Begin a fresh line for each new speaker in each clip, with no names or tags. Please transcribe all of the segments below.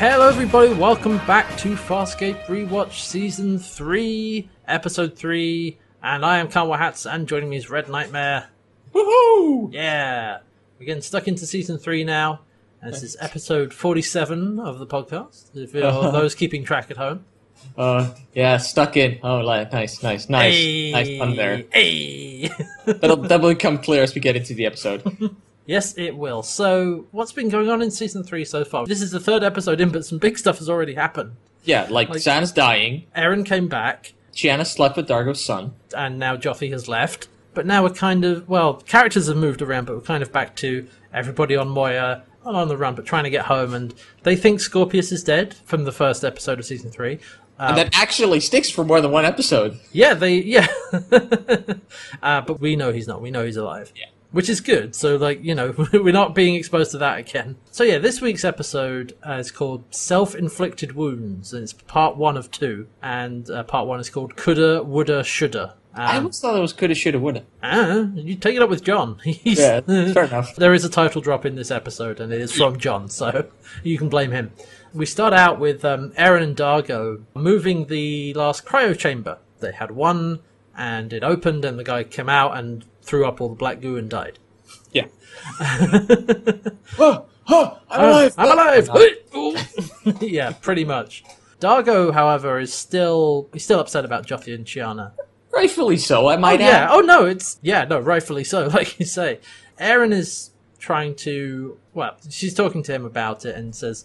Hello, everybody. Welcome back to Farscape Rewatch Season 3, Episode 3. And I am Carl Hats, and joining me is Red Nightmare.
Woohoo!
Yeah. We're getting stuck into Season 3 now. And this is Episode 47 of the podcast, if you're those keeping track at home.
Uh, yeah, stuck in. Oh, like nice, nice, nice,
Hey.
nice pun there.
Hey.
That'll that'll become clear as we get into the episode.
yes, it will. So, what's been going on in Season 3 so far? This is the third episode in, but some big stuff has already happened.
Yeah, like,
Like-
San's dying.
Aaron came back.
Chiana slept with Dargo's son.
and now Joffy has left. But now we're kind of well, characters have moved around, but we're kind of back to everybody on Moya not on the run, but trying to get home. And they think Scorpius is dead from the first episode of season three. Um,
That actually sticks for more than one episode.
yeah, they yeah, uh, but we know he's not. We know he's alive.
Yeah.
Which is good. So, like, you know, we're not being exposed to that again. So, yeah, this week's episode uh, is called Self Inflicted Wounds, and it's part one of two. And uh, part one is called Coulda, Woulda, Shoulda.
I
Um,
almost thought it was coulda, shoulda, woulda.
Ah, you take it up with John. He's,
Yeah, fair enough.
There is a title drop in this episode, and it is from John, so you can blame him. We start out with um, Aaron and Dargo moving the last cryo chamber. They had one, and it opened, and the guy came out and threw up all the black goo and died.
Yeah. oh, oh, I'm alive.
Uh, I'm alive. yeah, pretty much. Dargo, however, is still he's still upset about Joffy and Chiana.
Rightfully so, I might
yeah.
add.
Oh no, it's yeah, no, rightfully so, like you say. Erin is trying to well, she's talking to him about it and says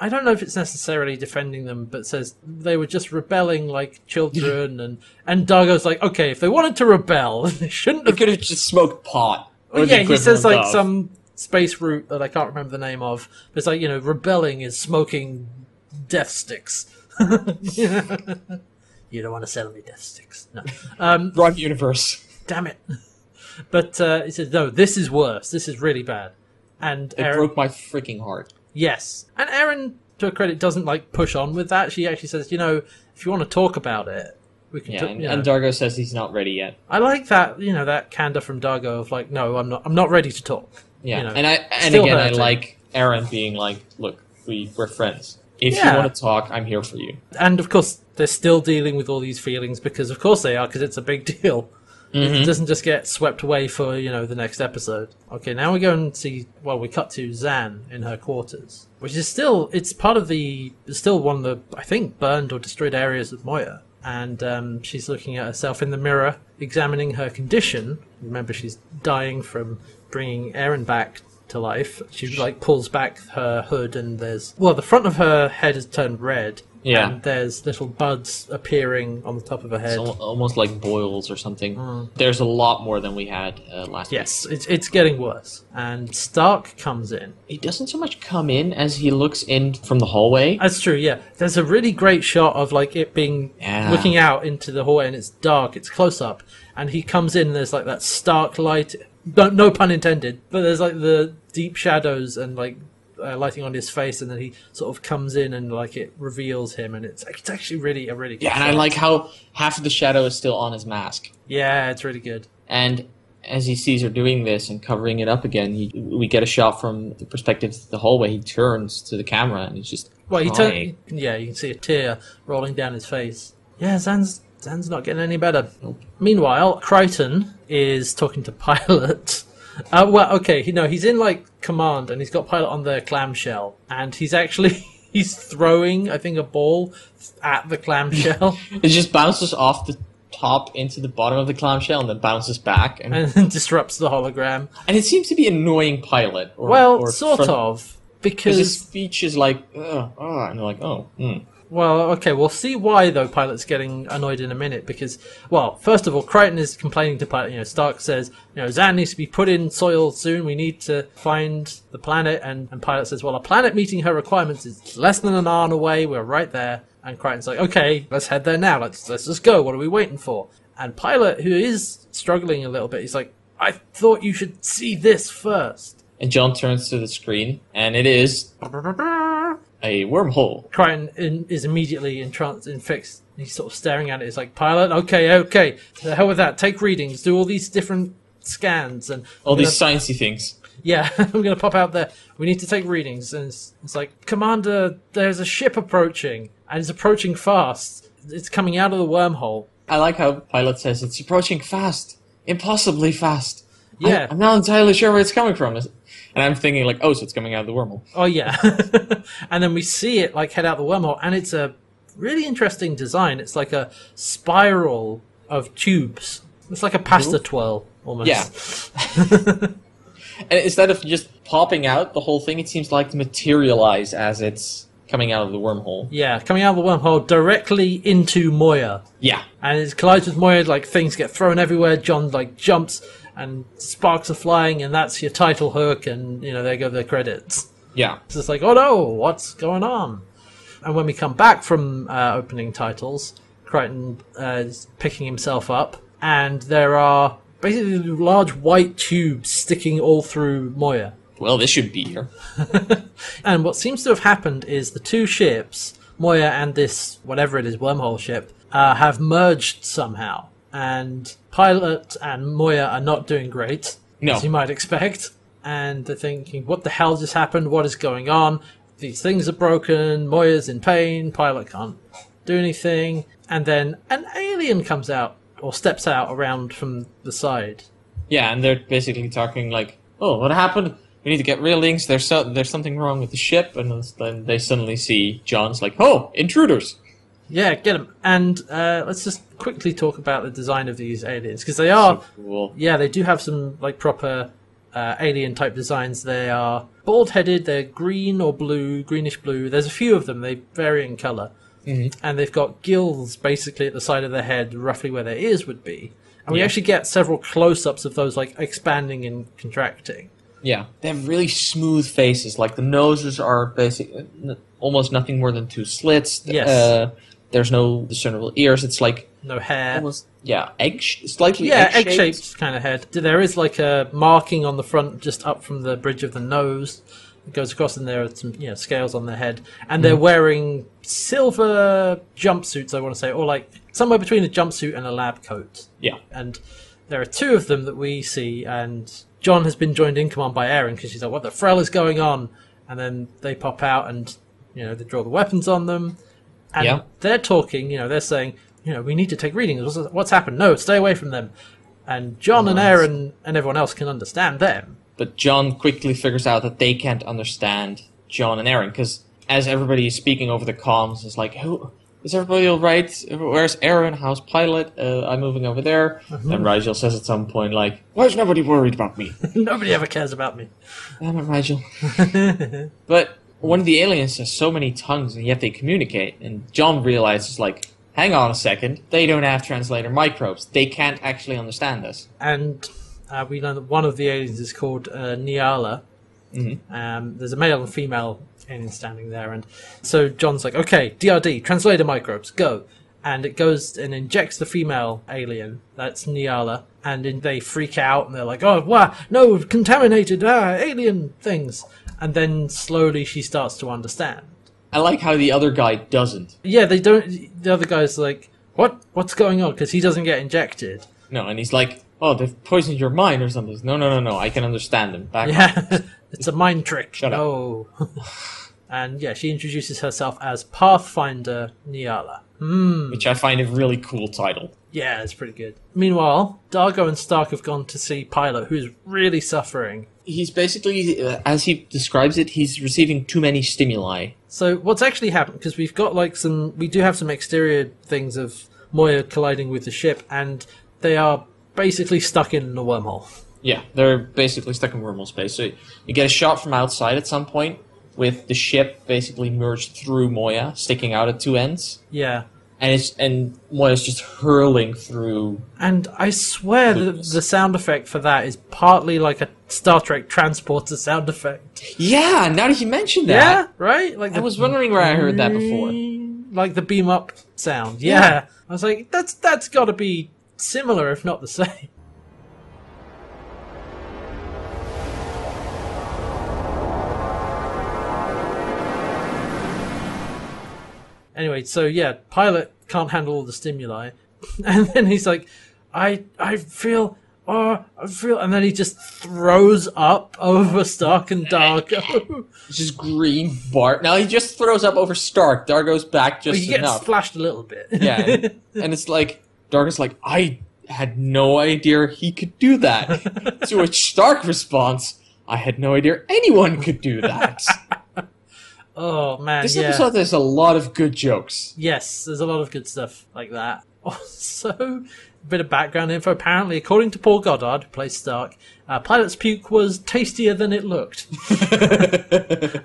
I don't know if it's necessarily defending them, but says they were just rebelling like children and and Dargo's like, Okay, if they wanted to rebel they shouldn't
They
have
could have just smoked pot. or the
Yeah, he says
equivalent
like
of.
some space route that I can't remember the name of. But it's like, you know, rebelling is smoking death sticks. you don't want to sell me death sticks. No. Um
wrong universe.
damn it. But uh, he says, no, this is worse. This is really bad. And
It
Aaron,
broke my freaking heart.
yes. And Erin, to her credit, doesn't like push on with that. She actually says, you know, if you want to talk about it, we can.
Yeah,
talk,
and,
you know."
and Dargo says he's not ready yet.
I like that, you know, that candor from Dargo of like, no, I'm not, I'm not ready to talk.
Yeah,
you know,
and I and
still
again, I
hurting.
like Aaron being like, "Look, we we're friends. If
Yeah.
you want to talk, I'm here for you."
And of course, they're still dealing with all these feelings because, of course, they are because it's a big deal. It doesn't just get swept away for you know the next episode. Okay, now we go and see. Well, we cut to Zan in her quarters, which is still it's part of the it's still one of the I think burned or destroyed areas of Moya, and um, she's looking at herself in the mirror, examining her condition. Remember, she's dying from bringing Aaron back to life. She like pulls back her hood, and there's well the front of her head has turned red.
Yeah.
and there's little buds appearing on the top of her head.
It's al- almost like boils or something. There's a lot more than we had uh, last.
Mm-hmm. Yes, it's it's getting worse. And Stark comes in.
week. he doesn't so much come in as he looks in from the hallway.
That's true. Yeah, there's a really great shot of like it being
Yeah.
looking out into the hallway, and it's dark. It's close up, and he comes in. and There's like that Stark light. No, no pun intended. But there's like the deep shadows and like. Uh, lighting on his face, and then he sort of comes in and like it reveals him, and it's it's actually really a really good
yeah, and I
shot.
like how half of the shadow is still on his mask.
yeah, it's really good.
And as he sees her doing this and covering it up again, he, we get a shot from the perspective of the hallway. He turns to the camera and he's just
Well, he
crying.
turn, yeah, you can see a tear rolling down his face. Yeah, Zan's Zan's not getting any better. Meanwhile, Crichton is talking to Pilot. Uh, well, okay, he, no, he's in like command, and he's got Pilot on the clamshell, and he's actually he's throwing, I think, a ball at the clamshell
It just bounces off the top into the bottom of the clamshell and then bounces back. And, and,
and disrupts the hologram.
it seems to be annoying pilot. Or,
Well,
or
sort
front-
of,
Because his
because
speech is like, oh, and you're like, oh, hmm.
Well, okay, we'll see why though. Pilot's getting annoyed in a minute because, well, first of all, Crichton is complaining to Pilot. You know, Stark says, you know, Zan needs to be put in soil soon. We need to find the planet, and and Pilot says, well, a planet meeting her requirements is less than an hour away. We're right there. And Crichton's like, okay, let's head there now. Let's let's just go. What are we waiting for? And Pilot, who is struggling a little bit, he's like, I thought you should see this first.
And John turns to the screen, and it is a wormhole.
Crichton in, is immediately entranced and fixed. He's sort of staring at it. He's like, "Pilot, okay, okay, the hell with that. Take readings, do all these different scans, and
All
you
these sciencey things.
know, yeah, I'm gonna pop out there. We need to take readings, and it's, it's like, Commander, there's a ship approaching, and it's approaching fast. It's coming out of the wormhole.
I like how Pilot says it's approaching fast, impossibly fast. I-
Yeah.
I'm not entirely sure where it's coming from. And I'm thinking, like, oh, so it's coming out of the wormhole.
Oh yeah, and then we see it like head out the wormhole, and it's a really interesting design. It's like a spiral of tubes. It's like a pasta twirl almost.
Yeah. And instead of just popping out the whole thing, it seems like to materialize as it's coming out of the wormhole.
Yeah, coming out of the wormhole directly into Moya.
Yeah.
And it collides with Moya, like things get thrown everywhere, John like jumps and sparks are flying and that's your title hook and you know, there go the credits.
Yeah.
It's just like, oh no, what's going on? And when we come back from uh, opening titles, Crichton uh, is picking himself up, and there are basically large white tubes sticking all through Moya.
Well, this should be here.
And what seems to have happened is the two ships, Moya and this whatever it is wormhole ship, uh, have merged somehow. And Pilot and Moya are not doing great,
No.
as you might expect. And they're thinking, what the hell just happened? What is going on? These things are broken. Moya's in pain. Pilot can't do anything. And then an alien comes out or steps out around from the side.
Yeah, and they're basically talking like, "Oh, what happened? We need to get railings. There's so- there's something wrong with the ship." And then they suddenly see John's like, "Oh, intruders!"
Yeah, get them. And uh, let's just quickly talk about the design of these aliens because they are
Cool.
yeah, they do have some like proper uh, alien type designs. They are bald headed. They're green or blue, greenish blue. There's a few of them. They vary in color, mm-hmm. and they've got gills basically at the side of their head, roughly where their ears would be. And we actually get several close ups of those like expanding and contracting.
Yeah, they have really smooth faces. Like the noses are basically almost nothing more than two slits.
Yes.
Uh, there's no discernible ears. It's like
No hair.
almost yeah, egg sh- slightly
yeah, egg
egg-shaped.
shaped kind of head. There is like a marking on the front, just up from the bridge of the nose. It goes across, and there are some you know scales on their head, and they're wearing silver jumpsuits. I want to say, or like somewhere between a jumpsuit and a lab coat.
Yeah,
And there are two of them that we see, and John has been joined in command by Aaron because she's like, "What the frell is going on?" And then they pop out, and you know they draw the weapons on them, and
Yeah.
they're talking. You know they're saying, "You know we need to take readings. What's, what's happened? No, stay away from them." And John and
Nice.
Aaron and everyone else can understand them.
but John quickly figures out that they can't understand John and Aaron because as everybody is speaking over the comms, it's like, who is everybody all right? Where's Aaron? How's Pilot? Uh, I'm moving over there. And Rigel says at some point, like, why is nobody worried about me?
Nobody ever cares about me.
Damn it, Rigel. but one of the aliens has so many tongues, and yet they communicate. And John realizes, like, hang on a second, they don't have translator microbes. They can't actually understand us.
and uh, we learn that one of the aliens is called uh, Niala. Mm-hmm. Um, there's a male and female alien standing there, and so John's like, "Okay, DRD, translator microbes, go!" And it goes and injects the female alien, that's Niala, and then they freak out and they're like, "Oh, wow, no, contaminated ah, alien things!" And then slowly she starts to understand.
I like how the other guy doesn't.
Yeah, they don't. The other guy's like, "What? What's going on?" Because he doesn't get injected.
No, and he's like, "Oh, they've poisoned your mind or something." No, no, no, no. I can understand them. Back off.
Yeah, it's a mind trick.
Shut up.
no. and yeah, she introduces herself as Pathfinder Niala.
which I find a really cool title.
Yeah, it's pretty good. Meanwhile, Dargo and Stark have gone to see Pilot, who's really suffering.
He's basically, uh, as he describes it, he's receiving too many stimuli.
So what's actually happened? Because we've got like some, we do have some exterior things of Moya colliding with the ship, and they are basically stuck in the wormhole.
Yeah, they're basically stuck in wormhole space. So you get a shot from outside at some point with the ship basically merged through Moya, sticking out at two ends,
Yeah,
and it's and Moya's just hurling through.
And I swear that the sound effect for that is partly like a Star Trek transporter sound effect.
Yeah, now that you mentioned
Yeah,
that,
right? Like
I was wondering where I heard that before.
Mm, Like the beam up sound. Yeah.
Yeah.
I was like, that's that's gotta be similar if not the same. Anyway, so yeah, pilot can't handle all the stimuli. And then he's like, I I feel oh, I feel, and then he just throws up over Stark and Darko.
It's just green bark. Now he just throws up over Stark. Dargo's back
But
just
Oh, he gets
enough.
splashed a little bit.
yeah, and, and it's like Dargo's like I had no idea he could do that. to which Stark responds, "I had no idea anyone could do that."
oh man,
this
yeah.
episode there's a lot of good jokes.
Yes, there's a lot of good stuff like that. Also, a bit of background info. Apparently, according to Paul Goddard, who plays Stark, uh, Pilot's puke was tastier than it looked,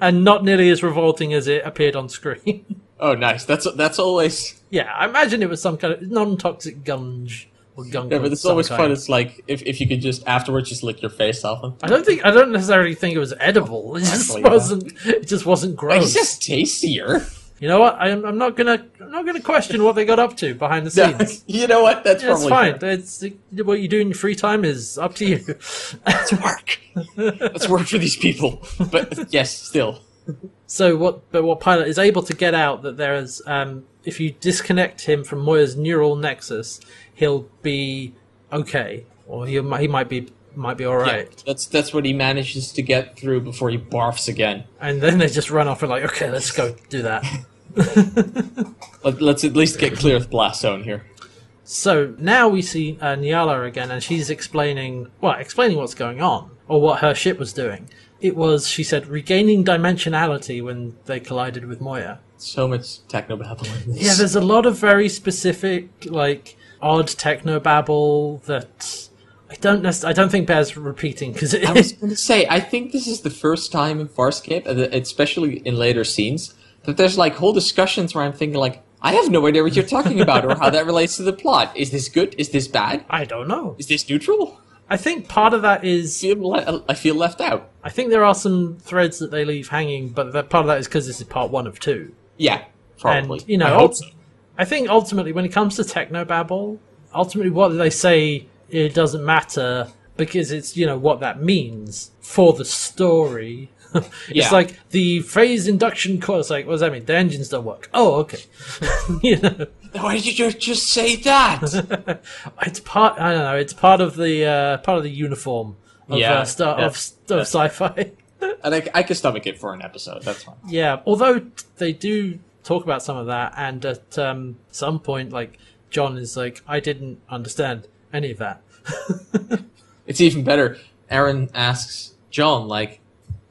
and not nearly as revolting as it appeared on screen.
oh, nice. That's that's always
yeah, I imagine it was some kind of non-toxic gunge or gung.
Yeah, but
of
it's
some
always
kind.
fun. It's like if, if you could just afterwards just lick your face off them.
I don't think I don't necessarily think it was edible. It just
Actually, yeah.
wasn't. It just wasn't gross.
It's just tastier.
You know what? I'm, I'm not gonna I'm not gonna question what they got up to behind the scenes.
you know what? That's
That's
probably
fine. That's what you do in your free time is up to you.
Let's work. Let's work for these people. But yes, still.
so what? But what pilot is able to get out that there is, um, if you disconnect him from Moya's neural nexus, he'll be okay, or he might he might be might be all right.
Yeah, that's that's what he manages to get through before he barfs again.
And then they just run off and like, okay, let's go do that.
Let, let's at least get clear with Blastone here.
So now we see uh, Nyala again, and she's explaining, well, explaining what's going on or what her ship was doing. It was, she said, regaining dimensionality when they collided with Moya.
So much techno babble in
Yeah,
this.
there's a lot of very specific, like odd techno babble that I don't nec- I don't think bears repeating because it
I was going to say, I think this is the first time in Farscape, and especially in later scenes, that there's like whole discussions where I'm thinking like, I have no idea what you're talking about or how that relates to the plot. Is this good? Is this bad?
I don't know.
Is this neutral?
I think part of that is
feel le- I feel left out.
I think there are some threads that they leave hanging, but that part of that is because this is part one of two.
Yeah, probably.
And, you know,
I hope
ult-
so.
I think ultimately, when it comes to technobabble, ultimately what they say it doesn't matter because it's you know what that means for the story. it's
Yeah.
like the phase induction course. Like, what does that mean? The engines don't work. Oh, okay. you know,
Why did you just say that?
it's part. I don't know. It's part of the uh, part of the uniform of
Yeah,
uh, star,
yeah,
of, of sci-fi.
and I, I could stomach it for an episode. That's fine.
Yeah, although t- they do talk about some of that, and at um, some point, like John is like, "I didn't understand any of that."
It's even better. Aaron asks John, like,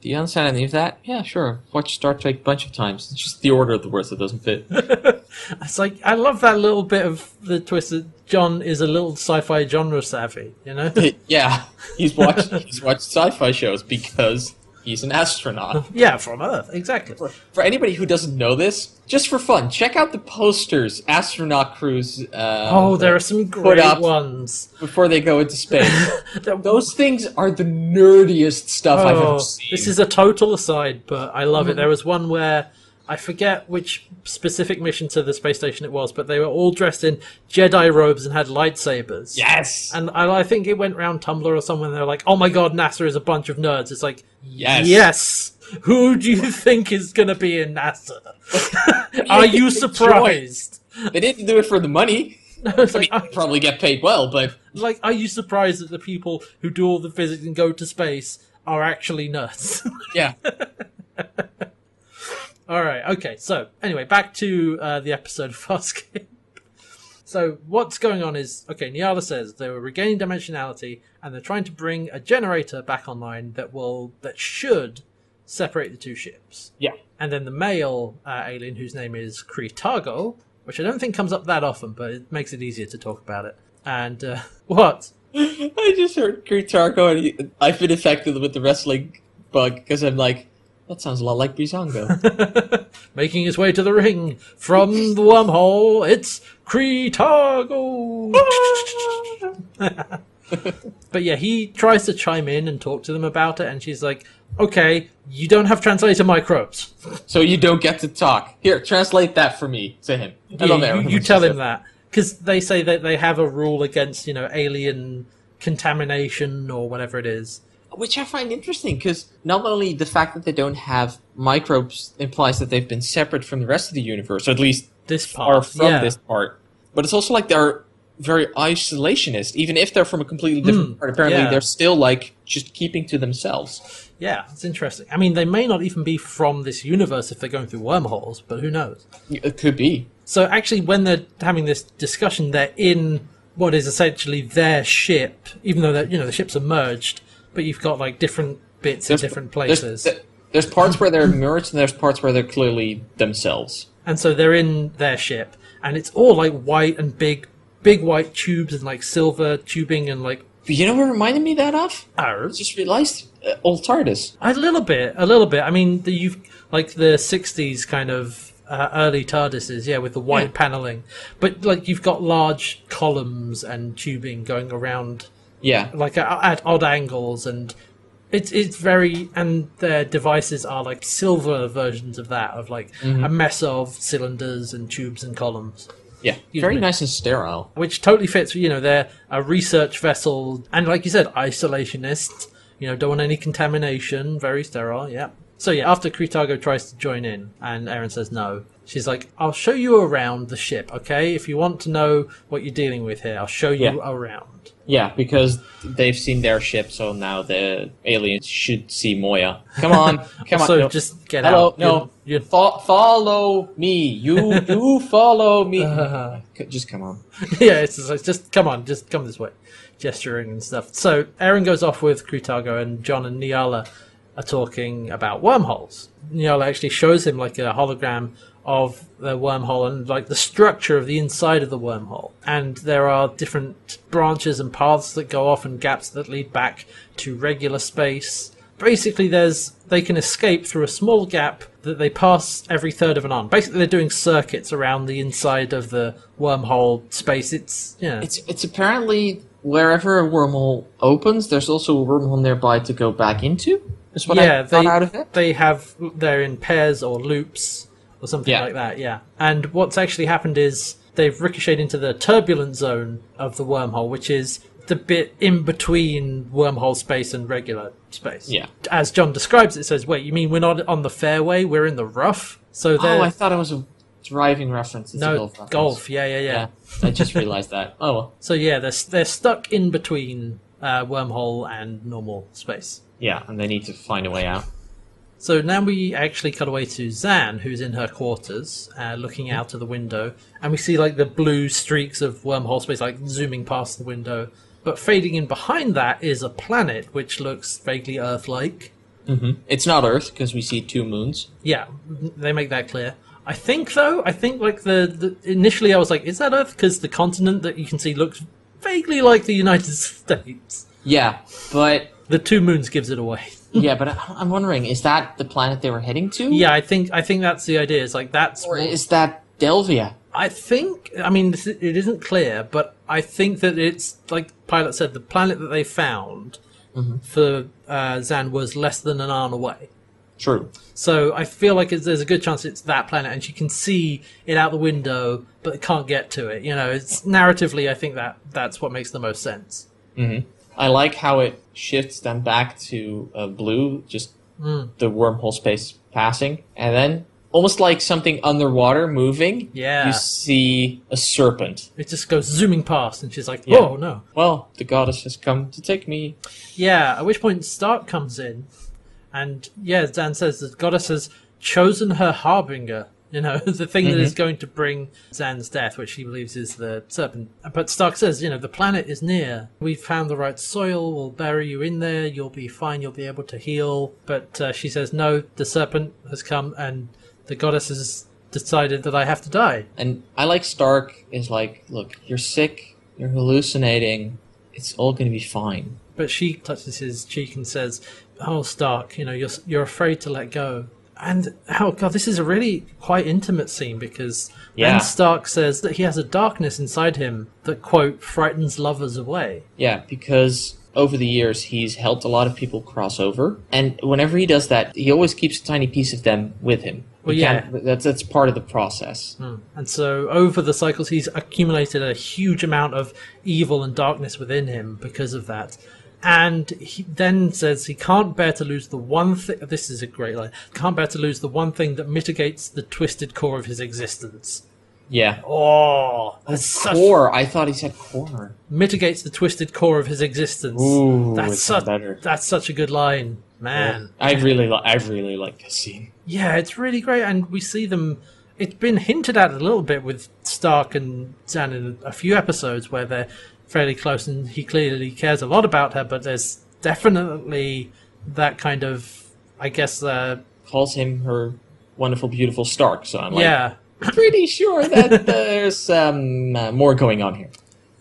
"Do you understand any of that?" Yeah, sure. Watch Star Trek a bunch of times. It's just the order of the words that doesn't fit.
It's like I love that little bit of the twist that John is a little sci-fi genre savvy. You know,
yeah, he's watched he's watched sci-fi shows because he's an astronaut.
yeah, from Earth, exactly.
For, for anybody who doesn't know this, just for fun, check out the posters astronaut crews. Uh,
Oh, there are some great
up.
ones.
before they go into space.
That-
Those things are the nerdiest stuff I've
Oh,
ever seen. Hmm.
This is a total aside, but I love it. There was one where I forget which specific mission to the space station it was, but they were all dressed in Jedi robes and had lightsabers.
yes,
And I, I think it went round Tumblr or somewhere, and they're like, oh my god, NASA is a bunch of nerds. It's like,
yes,
yes. Who do you think is going to be in NASA? Are you surprised?
They didn't do it for the money.
It's like,
They probably get paid well, but
like, are you surprised that the people who do all the physics and go to space are actually nerds?
yeah,
All right. Okay. So anyway, back to uh, the episode of Farscape. so what's going on is okay. Niala says they were regaining dimensionality, and they're trying to bring a generator back online that will that should separate the two ships.
Yeah.
And then the male uh, alien, whose name is Kritago, which I don't think comes up that often, but it makes it easier to talk about it. And uh, what?
I just heard Kritarko, and he- I've been affected with the wrestling bug because I'm like, that sounds a lot like Brizongo.
Making his way to the ring from the wormhole, it's Kritago. But yeah, he tries to chime in and talk to them about it, and she's like, "Okay, you don't have translator microbes.
so you don't get to talk. Here, translate that for me to him. I love
Yeah,
Aaron.
you, you tell him that because they say that they have a rule against you know alien contamination or whatever it is.
which I find interesting because not only the fact that they don't have microbes implies that they've been separate from the rest of the universe, or at least
This
are
part,
from
yeah,
this part, but it's also like they're very isolationist, even if they're from a completely different part. Apparently,
Hmm, yeah.
they're still like just keeping to themselves.
Yeah, it's interesting. I mean, they may not even be from this universe if they're going through wormholes, but who knows?
It could be.
So actually, when they're having this discussion, they're in what is essentially their ship, even though they're- you know the ships are merged, but you've got like different bits in different
there's-
places,
There's, there's parts where they're merged, and there's parts where they're clearly themselves.
and so they're in their ship, and it's all like white and big, big white tubes and like silver tubing and like
But you know what reminded me that of? I
arrows.
just realized uh, old TARDIS.
A little bit, a little bit. I mean, the, you've like the '60s kind of uh, early TARDISes, yeah, with the white
Yeah.
paneling, but like you've got large columns and tubing going around
Yeah,
like at, at odd angles and it's it's very and their devices are like silver versions of that of like
Mm-hmm.
a mess of cylinders and tubes and columns
yeah,
Excuse
very
me.
nice and sterile.
which totally fits you know they're a research vessel and like you said isolationist you know don't want any contamination very sterile yeah so yeah after Kritago tries to join in and Erin says no she's like I'll show you around the ship okay if you want to know what you're dealing with here I'll show you
Yeah.
around
Yeah, because they've seen their ship, so now the aliens should see Moya. Come on, come on.
so
no.
just get
Hello,
out
no.
You're- you're
Fo- follow me. You you follow me.
Uh.
C- just come on.
yeah, it's just, like, just come on, just come this way, gesturing and stuff. So Aaron goes off with Krutago, and John and Niala are talking about wormholes. Niala actually shows him like a hologram of the wormhole and like the structure of the inside of the wormhole. And there are different branches and paths that go off and gaps that lead back to regular space. Basically, there's they can escape through a small gap that they pass every third of an arm. Basically, they're doing circuits around the inside of the wormhole space. It's yeah,
It's it's apparently wherever a wormhole opens, there's also a wormhole nearby to go back into. Is what
yeah.
I got out of it.
they have they're in pairs or loops or something
Yeah.
like that. Yeah, and what's actually happened is they've ricocheted into the turbulent zone of the wormhole, which is the bit in between wormhole space and regular space.
Yeah.
as John describes it, says, "Wait, you mean we're not on the fairway? We're in the rough." So they're
Oh, I thought it was a driving reference. It's a
no
golf. reference.
golf. Yeah, yeah, yeah.
Yeah, I just realized that. Oh well.
So yeah, they're they're stuck in between uh, wormhole and normal space.
Yeah, and they need to find a way out.
So now we actually cut away to Zan, who's in her quarters, uh, looking
Mm-hmm.
out of the window, and we see like the blue streaks of wormhole space, like zooming past the window. But fading in behind that is a planet which looks vaguely Earth-like.
It's not Earth because we see two moons.
Yeah, they make that clear. I think though, I think like the, the initially I was like, is that Earth? Because the continent that you can see looks vaguely like the United States.
Yeah, but
The two moons gives it away.
yeah, but I- I'm wondering, is that the planet they were heading to?
Yeah, I think I think that's the idea. It's like that's.
or is that Delvia?
I think I mean this, it isn't clear, but I think that it's like Pilot said, the planet that they found
Mm-hmm.
for uh, Zan was less than an arm away.
True.
So I feel like it's, there's a good chance it's that planet, and she can see it out the window, but can't get to it. You know, it's narratively, I think that that's what makes the most sense.
I like how it shifts them back to uh, blue, just
Mm.
the wormhole space passing, and then almost like something underwater moving.
Yeah.
you see a serpent.
It just goes zooming past, and she's like,
Yeah.
"Oh no!"
Well, the goddess has come to take me.
Yeah, at which point Stark comes in, and yeah, Dan says the goddess has chosen her harbinger. You know, the thing that is going to bring Zan's death, which he believes is the serpent. But Stark says, you know, the planet is near. We've found the right soil. We'll bury you in there. You'll be fine. You'll be able to heal. But uh, she says, no, the serpent has come and the goddess has decided that I have to die.
And I like Stark is like, look, you're sick, you're hallucinating, it's all gonna be fine.
But she touches his cheek and says, "Oh, Stark, you know you're you're afraid to let go." And oh god, this is a really quite intimate scene because
Yeah.
when Stark says that he has a darkness inside him that quote frightens lovers away.
Yeah, because over the years he's helped a lot of people cross over, and whenever he does that, he always keeps a tiny piece of them with him.
Well,
He
yeah. Mm.
can't- that's that's part of the process.
And so over the cycles, he's accumulated a huge amount of evil and darkness within him because of that. And he then says he can't bear to lose the one thing. This is a great line. Can't bear to lose the one thing that mitigates the twisted core of his existence.
Yeah.
Oh, that's such
Core. I thought he said corner.
mitigates the twisted core of his existence.
Ooh,
that's
it's not
such
better.
that's such a good line, man.
I really, li- I really like this scene.
Yeah, it's really great, and we see them. It's been hinted at a little bit with Stark and Zan in a few episodes where they're fairly close, and he clearly cares a lot about her. But there's definitely that kind of, I guess, uh,
Calls him her wonderful, beautiful Stark. So I'm like,
yeah,
pretty sure that there's um, uh, more going on here.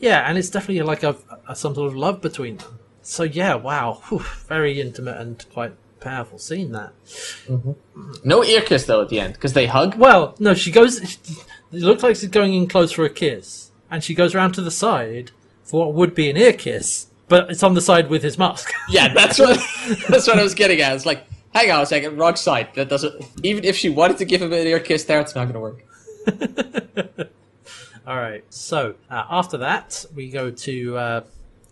yeah, and it's definitely like a, a some sort of love between them. So yeah, wow, Whew, very intimate and quite powerful scene that.
No ear kiss though at the end because they hug.
Well, no, she goes. It looks like she's going in close for a kiss, and she goes round to the side for what would be an ear kiss, but it's on the side with his mask.
Yeah, that's what that's what I was getting at. It's like, hang on a second, wrong side. That doesn't. Even if she wanted to give him an ear kiss there, it's not going to work.
All right. So uh, after that, we go to uh,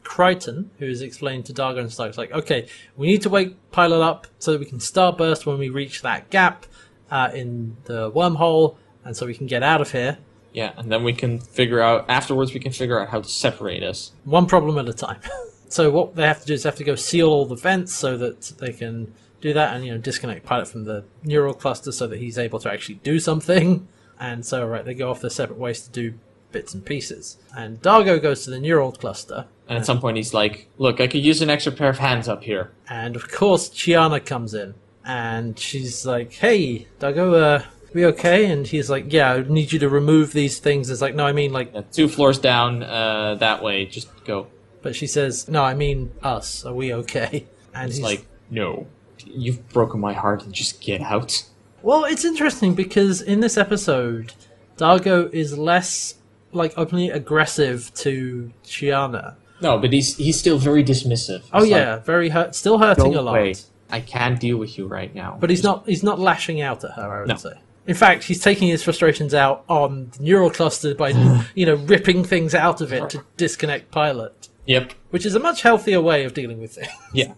Crichton, who is explained to Dargo and Stark, like, okay, we need to wake Pilot up so that we can starburst when we reach that gap uh, in the wormhole, and so we can get out of here
Yeah, and then we can figure out afterwards. We can figure out how to separate us.
one problem at a time. so what they have to do is they have to go seal all the vents so that they can do that and you know disconnect pilot from the neural cluster so that he's able to actually do something. And so right, they go off their separate ways to do bits and pieces. And Dargo goes to the neural cluster,
And at some point, he's like, "Look, I could use an extra pair of hands up here."
and of course Chiana comes in and she's like, "Hey, Dargo, uh, we okay?" And he's like, "Yeah, I need you to remove these things." It's like, "No, I mean like
Uh, two floors down uh, that way. Just go.
but she says, "No, I mean us. Are we okay?" And
It's
he's
like, no, you've broken my heart, and just get out.
Well, it's interesting because in this episode, Dargo is less like openly aggressive to Chiana.
No, but he's he's still very dismissive.
Oh
It's like,
yeah, very hurt, still hurting a
Go
lot,
away. I can't deal with you right now.
but he's not he's not lashing out at her. I would
No.
say. In fact, he's taking his frustrations out on the neural cluster by you know ripping things out of it to disconnect Pilot,
Yep.
which is a much healthier way of dealing with things.
Yeah.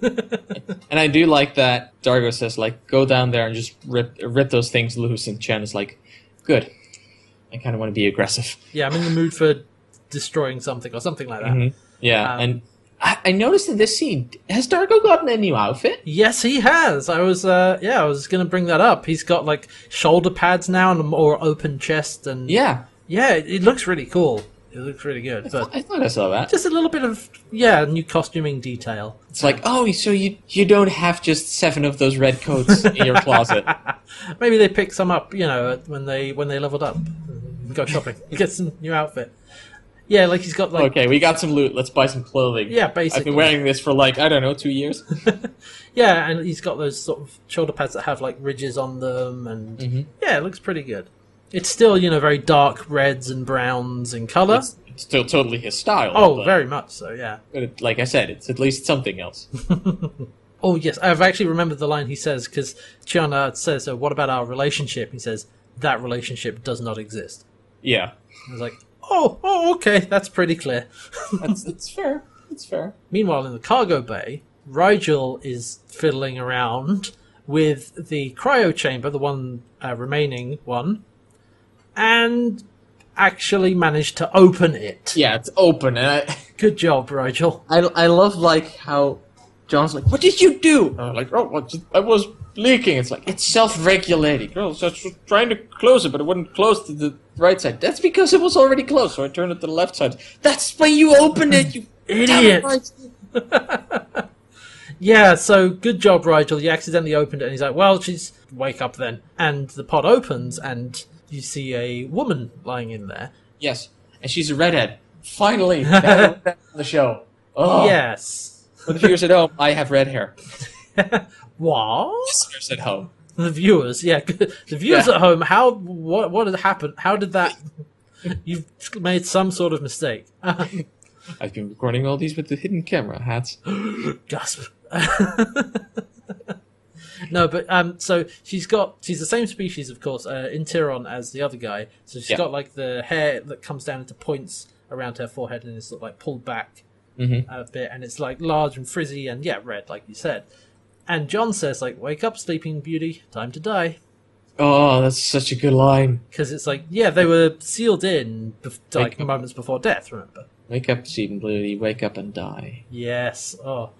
and I do like that Dargo says, like, go down there and just rip rip those things loose. And Chen is like, good. I kind of want to be aggressive.
yeah, I'm in the mood for destroying something or something like that.
Yeah.
Um,
and I, I noticed in this scene, has Dargo gotten a new outfit?
Yes, he has. I was, uh, yeah, I was going to bring that up. He's got like shoulder pads now and a more open chest, and
Yeah.
yeah, it, it looks really cool. It looks really good, but
I thought I saw that.
just a little bit of yeah, new costuming detail.
It's like, oh, so you you don't have just seven of those red coats in your closet.
Maybe they pick some up, you know, when they when they leveled up, and go shopping, get some new outfit. Yeah, like he's got like
Okay, we got some loot. Let's buy some clothing.
yeah,
I've
basically
been wearing this for like I don't know two years.
yeah, and he's got those sort of shoulder pads that have like ridges on them, and
Mm-hmm.
yeah, it looks pretty good. It's still you know very dark reds and browns in color.
It's, it's still totally his style.
Oh,
but-
very much so, yeah.
But it, like I said, it's at least something else.
Oh, yes, I've actually remembered the line he says because Chiana says, uh, What about our relationship? He says, That relationship does not exist.
Yeah,
I was like, Oh, oh, okay, that's pretty clear.
that's it's fair. It's fair.
Meanwhile, in the cargo bay, Rigel is fiddling around with the cryo chamber, the one uh, remaining one, and actually managed to open it.
Yeah, it's open, and
Good job, Rigel.
I I, I love like how John's like, "What did you do?" And I'm like, "Oh, what, I was leaking." It's like it's self-regulating. Well, so I was trying to close it, but it wouldn't close to the right side. That's because it was already closed, so I turned it to the left side. That's why you opened it, you
Idiot.
downright-
Yeah, so good job, Rigel. You accidentally opened it, and he's like, "Well, she's wake up then." And the pod opens, and you see a woman lying in there.
Yes, and she's a redhead. Finally, they have a redhead on the show. Oh,
Yes.
For the viewers at home, I have red hair.
What?
Listeners at home.
The viewers, yeah, good. the viewers
Yeah.
at home. How? What? What had happened? How did that? You've made some sort of mistake.
I've been recording all these with the hidden camera hats.
Gasp. no, but um, so she's got she's the same species, of course, uh, in Tiron as the other guy. So she's
Yeah.
got like the hair that comes down into points around her forehead and is sort of like pulled back a bit, and it's like large and frizzy and yeah, red, like you said. And John says like, "Wake up, Sleeping Beauty, time to die."
Oh, that's such a good line.
because it's like yeah they were sealed in bef- like
Like-
moments before death remember
Wake up, Seed and Bluey. Wake up and die.
yes oh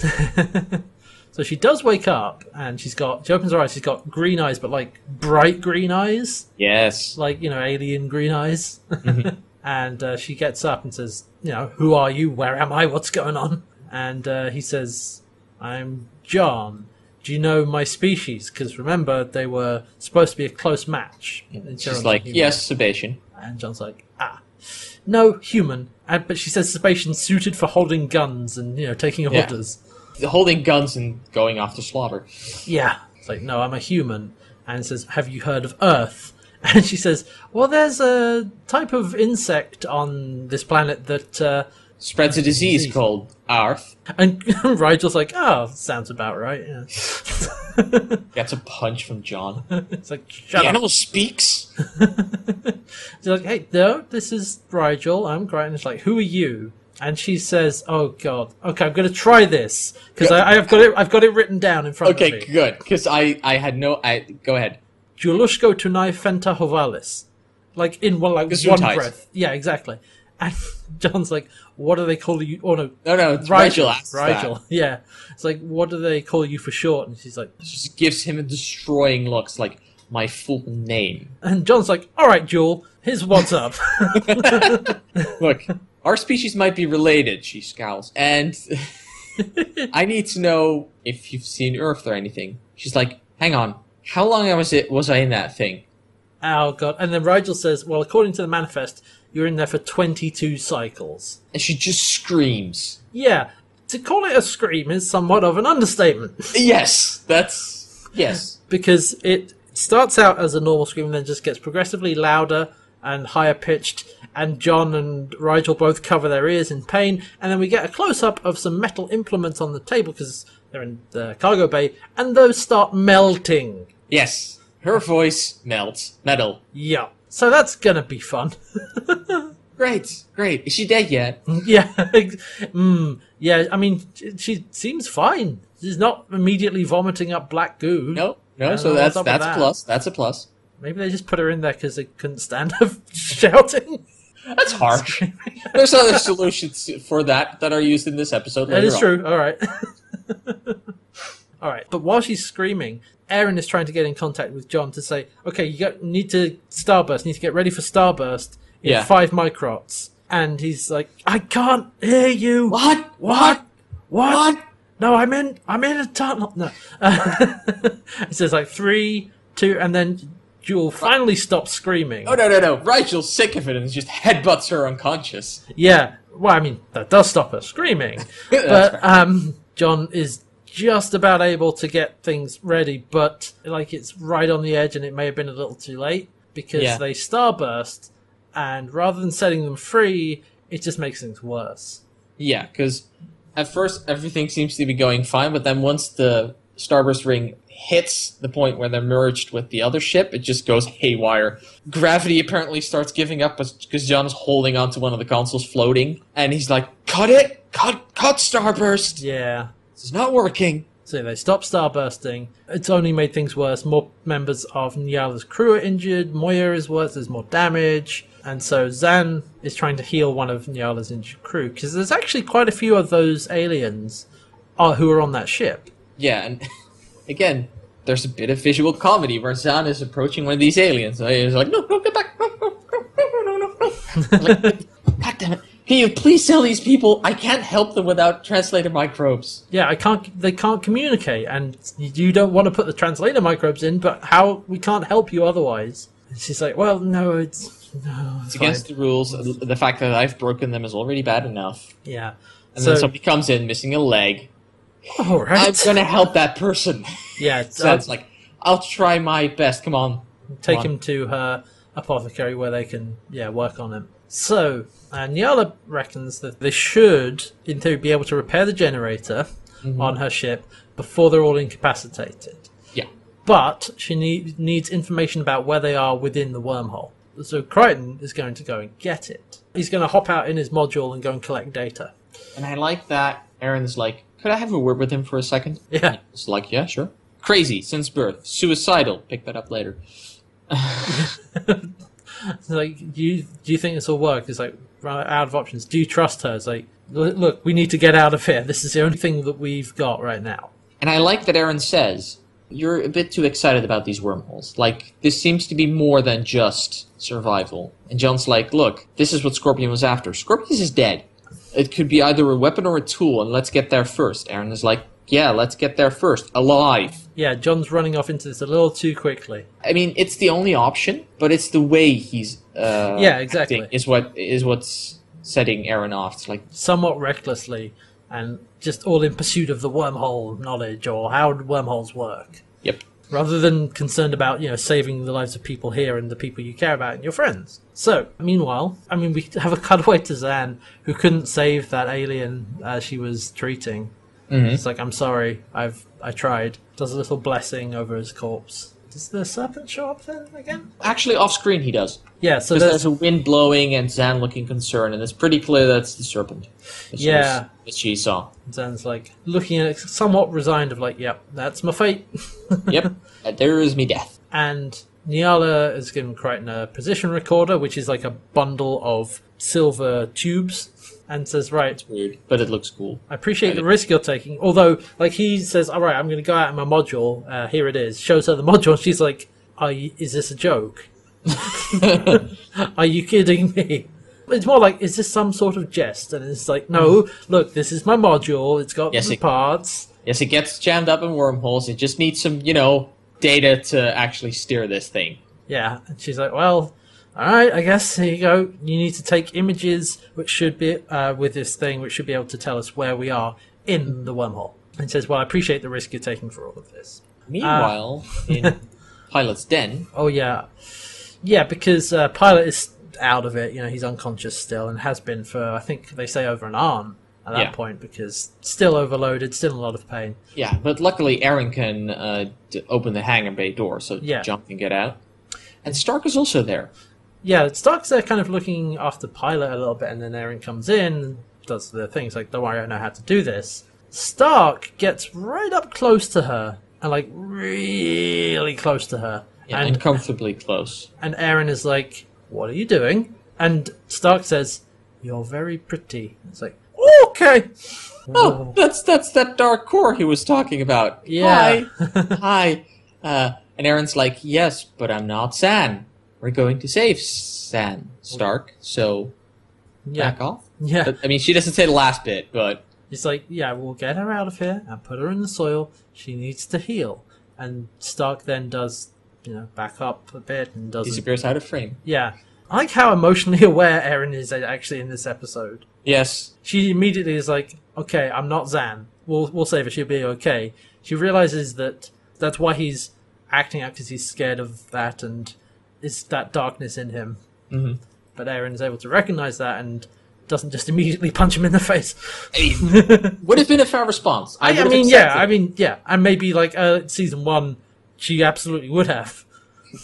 Mm.
so she does wake up and she's got she opens her eyes she's got green eyes but like bright green eyes
Yes.
like you know alien green eyes
Mm-hmm.
and uh, she gets up and says you know who are you where am i what's going on and uh, he says i'm john do you know my species because remember they were supposed to be a close match in terms
She's
of
like,
human.
yes, Sebastian.
and john's like ah no human and, but she says Sebastian suited for holding guns and you know taking
Yeah.
orders
Holding guns and going after slaughter.
Yeah. It's like, no, I'm a human. And says, have you heard of Earth? And she says, well, there's a type of insect on this planet that. Uh...
Spreads a disease
Disease.
called Arth.
And Rigel's like, oh, sounds about right. Yeah.
Gets a punch from John.
It's like,
the
shut up.
animal speaks.
She's like, hey, no, this is Rigel. I'm great. And it's like, who are you? And she says, "Oh God, okay, I'm going to try this because I, I have got it. I've got it written down in front
Okay,
of me."
good. Because I, I had no. I Go ahead.
Julushko tunai fenta hovalis. Like in one like one
Gesundheit.
breath. Yeah, exactly. And John's like, what do they call you? Oh no,
No, no, it's Rigel. asks that.
Rigel. Yeah. It's like, what do they call you for short? And she's like,
Just gives him a destroying look. It's like, my full name.
and John's like, all right, Jewel, here's what's up.
Look, our species might be related, she scowls. And I need to know if you've seen Earth or anything. She's like, hang on, how long was it was I in that thing?
oh god. And then Rigel says, well, according to the manifest, you're in there for 22 cycles.
And she just screams.
Yeah. To call it a scream is somewhat of an understatement
Yes, that's yes.
because it starts out as a normal scream and then just gets progressively louder and higher pitched. And John and Rigel both cover their ears in pain. And then we get a close up of some metal implements on the table because they're in the cargo bay and those start melting.
Yes. Her voice melts. Metal.
Yeah. So that's gonna be fun.
Great, great. Is she dead yet?
yeah. mm, yeah, I mean, she, she seems fine. She's not immediately vomiting up black goo.
No,
No,
no, so
no, what's
that's
up with
that's
that?
a plus. That's a plus.
Maybe they just put her in there because they couldn't stand her shouting.
That's harsh. There's other solutions for that that are used in this episode.
That
later
is
on.
true. All right. All right. But while she's screaming, Aaron is trying to get in contact with John to say, okay, you got, need to starburst, need to get ready for starburst in
Yeah.
five microts. And he's like, I can't hear you.
What?
What?
What?
What?
What?
No, I'm in. I'm in a tunnel. No. it says like three, two, and then Jewel finally stops screaming.
Oh no no no! Rigel's sick of it and just headbutts her unconscious.
Yeah. Well, I mean, that does stop her screaming.
That's
but
fair.
um, John is just about able to get things ready, but like it's right on the edge, and it may have been a little too late because
Yeah.
they starburst, and rather than setting them free, it just makes things worse.
Yeah, because at first everything seems to be going fine, but then once the starburst ring hits the point where they're merged with the other ship, it just goes haywire. Gravity apparently starts giving up because John is holding onto one of the consoles, floating, and he's like, "Cut it! Cut! Cut starburst!
Yeah.
It's not working."
So they stop starbursting. It's only made things worse. More members of Nyala's crew are injured. Moya is worse. There's more damage. And so Zan is trying to heal one of Nyala's injured crew because there's actually quite a few of those aliens uh, who are on that ship.
Yeah, and again, there's a bit of visual comedy where Zan is approaching one of these aliens. And he's like, no, no, get back. No, no, no, no, no, no, no. Like, God damn it. Can you please tell these people I can't help them without translator microbes?
Yeah, I can't. They can't communicate, and you don't want to put the translator microbes in. But how we can't help you otherwise? And she's like, "Well, no, it's no, it's,
It's against
fine."
the rules. The fact that I've broken them is already bad enough.
Yeah.
And
so,
then somebody comes in missing a leg.
all right.
I'm going to help that person.
yeah,
So it's like, I'll try my best. Come on.
take
Right.
him to her apothecary where they can yeah work on him so uh, nyala reckons that they should in theory be able to repair the generator on her ship before they're all incapacitated
Yeah.
but she need, needs information about where they are within the wormhole so crichton is going to go and get it he's going to hop out in his module and go and collect data
And I like that Aaron's like, could I have a word with him for a second?
yeah
It's like, yeah, sure. Crazy since birth. Suicidal. Pick that up later.
It's like, do you do you think this will work? It's like right, out of options. Do you trust her? It's like, "Look- look, we need to get out of here. This is the only thing that we've got right now.
And I like that Aaron says, You're a bit too excited about these wormholes. Like, this seems to be more than just survival. And John's like, Look, this is what Scorpion was after. Scorpius is dead. It could be either a weapon or a tool, and let's get there first. Aaron is like, Yeah, let's get there first. Alive.
Yeah, John's running off into this a little too quickly.
I mean, it's the only option, but it's the way he's uh,
Yeah, exactly.
acting is what is what's setting Aaron off. It's like,
somewhat recklessly and just all in pursuit of the wormhole knowledge or how wormholes work
yep,
rather than concerned about you know saving the lives of people here and the people you care about and your friends so meanwhile i mean we have a cutaway to zan who couldn't save that alien uh, she was treating it's like i'm sorry i've i tried does a little blessing over his corpse does the serpent show up then again
actually, off screen he does.
yeah so
Because
there's,
there's a wind blowing and Zan looking concerned, and it's pretty clear that's the serpent. That she
Yeah.
was- that she saw.
zan's like looking at it somewhat resigned of like yep that's my fate
Yep, Uh, there is me death.
and Niala has given Crichton a position recorder, which is like a bundle of silver tubes, and says, "Right,
Weird, but it looks cool.
I appreciate the risk you're taking." Although, like he says, "All right, I'm going to go out in my module. Uh, here it is." Shows her the module. She's like, Are you, "Is this a joke? Are you kidding me?" It's more like, "Is this some sort of jest?" And it's like, "No, look, this is my module. It's got
Yes,
the
it-
parts."
Yes, it gets jammed up in wormholes. It just needs some, you know, data to actually steer this thing.
Yeah, and she's like, well, all right, I guess here you go. You need to take images, which should be uh, with this thing, which should be able to tell us where we are in the wormhole. And says, well, I appreciate the risk you're taking for all of this.
Meanwhile,
Ah.
in Pilot's Den,
Oh yeah, yeah, because uh, Pilot is out of it. You know, he's unconscious still, and has been for I think they say over an arm at that
Yeah.
point because still overloaded, still in a lot of pain.
yeah, but luckily Aaron can uh, d- open the hangar bay door, so
Yeah.
John can get out. And Stark is also there.
yeah, Stark's there kind of looking after Pilot a little bit, and then Aaron comes in and does the things like, don't worry, I know how to do this. Stark gets right up close to her, and like really close to her.
Yeah,
and,
uncomfortably close.
and Aaron is like, what are you doing? And Stark says, you're very pretty. It's like, okay.
Oh, that's that's that dark core he was talking about.
Yeah.
Hi. Hi. Uh, and Aaron's like, yes, but I'm not San. We're going to save San Stark, so
yeah.
back off.
Yeah.
But, I mean, she doesn't say the last bit, but
He's like, yeah, we'll get her out of here and put her in the soil. She needs to heal. And Stark then does, you know, back up a bit and does
disappears out of frame.
Yeah. I like how emotionally aware Erin is actually in this episode.
Yes.
She immediately is like, okay, I'm not Zan. We'll, we'll save her. She'll be okay. She realizes that that's why he's acting out because he's scared of that and it's that darkness in him.
Mhm.
But Erin is able to recognize that and doesn't just immediately punch him in the face.
I Would have been a fair response.
I, I
would've
mean, yeah,
accepted
I mean, yeah. And maybe like uh, season one, she absolutely would have.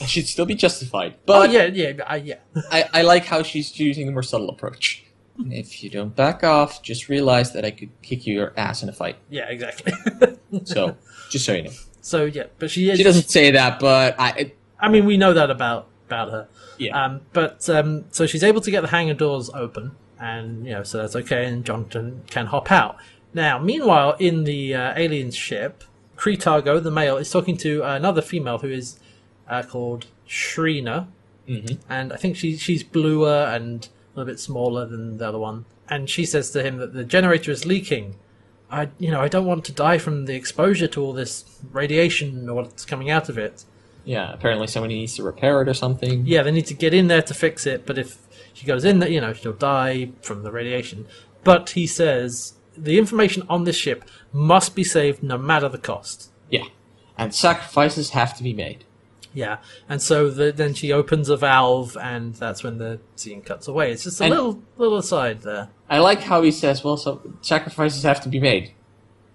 it. she'd still be justified. But
oh, yeah, yeah, I, yeah.
I, I like how she's using the more subtle approach. If you don't back off, just realize that I could kick your ass in a fight.
Yeah, exactly.
So, just so you know.
so, yeah, but she is.
She doesn't say that, but I. It,
I mean, we know that about about her.
yeah.
Um, but um, so she's able to get the hangar doors open, and you know, so that's okay. And Jonathan can hop out. Now, meanwhile, in the uh, alien ship, Kree Targo, the male, is talking to another female who is uh, called Shrina,
Mhm.
and I think she she's bluer and a little bit smaller than the other one. And she says to him that the generator is leaking. I you know I don't want to die from the exposure to all this radiation or what's coming out of it.
Yeah, apparently somebody needs to repair it or something.
yeah, they need to get in there to fix it. But if she goes in there, you know, she'll die from the radiation. But he says the information on this ship must be saved no matter the cost.
Yeah. And sacrifices have to be made.
Yeah, and so the, then she opens a valve, and that's when the scene cuts away. It's just a
And-
little little aside there.
I like how he says, well, so sacrifices have to made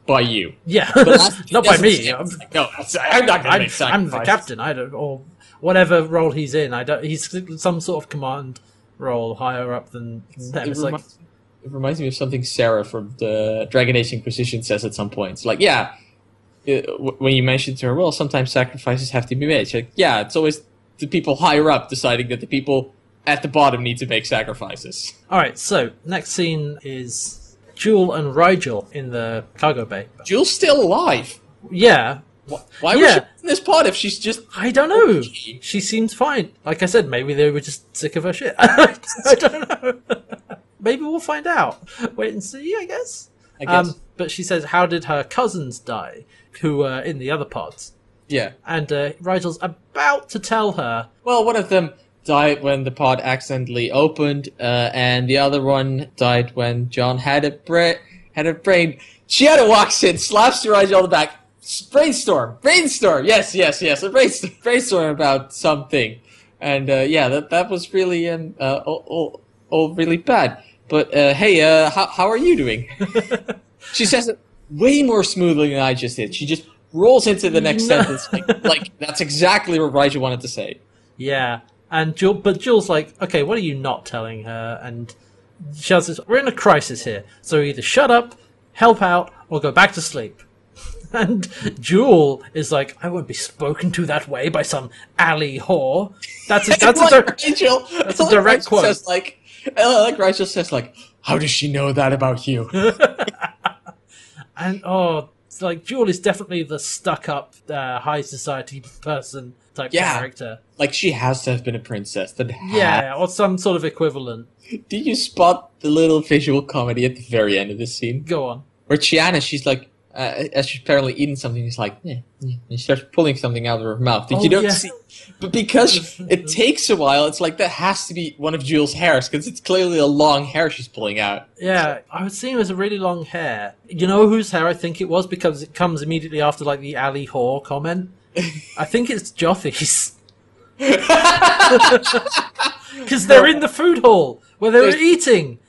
by you.
Yeah,
But that's-
not by
that's-
me. I'm,
it's like, no, that's- I'm not going to
I'm,
make
I'm
sacrifices.
the captain. I don't or whatever role he's in. I don't. He's some sort of command role higher up than them.
It
It's like
reminds, it reminds me of something Sarah from the Dragon Age Inquisition says at some point. It's like, yeah, uh, w- when you mentioned to her, well, sometimes sacrifices have to be made. She's like, yeah, it's always the people higher up deciding that the people at the bottom need to make sacrifices.
All right, so next scene is Jewel and Rigel in the cargo bay.
Jules still alive.
Yeah,
Wh- Why was
Yeah.
she in this pod if she's just
I don't know.
Okay.
She seems fine. Like I said, maybe they were just sick of her shit. I don't know. maybe we'll find out. Wait and see, I guess. Um,
I guess.
but she says, "How did her cousins die? Who were in the other pods?"
yeah.
And uh, Rigel's about to tell her,
Well, one of them died when the pod accidentally opened, uh, and the other one died when John had a bra- had a brain. Shiana walks in, slaps Jiraiya on the back. "S- Brainstorm, brainstorm. Yes, yes, yes. A brainstorm, brainstorm about something. And uh, yeah, that that was really um, uh, all, all, all really bad. But uh, hey, uh, how how are you doing? she says it way more smoothly than I just did. She just rolls into the next
No.
sentence like, like that's exactly what Raija wanted to say.
"Yeah." And Jewel, but Jewel's like, "Okay, what are you not telling her?" And she says, "We're in a crisis here, so either shut up, help out, or go back to sleep." And Jewel is like, "I won't be spoken to that way by some alley whore." That's a, that's a
like
dir-
Rachel. That's
a direct quote.
Says like, I like Rachel says like, how does she know that about you?
And oh, it's like Jewel is definitely the stuck-up uh, high society person type
Yeah.
character.
like she has to have been a princess. That had-
Yeah, or some sort of equivalent.
Did you spot the little visual comedy at the very end of this scene
Go on.
where Chiana she's like. Uh, as she's apparently eating something, she's like, "Eh, eh," and she starts pulling something out of her mouth that
Oh,
you don't
yeah.
see. But because it takes a while, it's like that has to be one of Jules' hairs because it's clearly a long hair she's pulling out.
Yeah, I would see him as a really long hair. You know whose hair I think it was because it comes immediately after like the alley whore comment. I think it's Joffy's because they're in the food hall where they were
There's-
eating,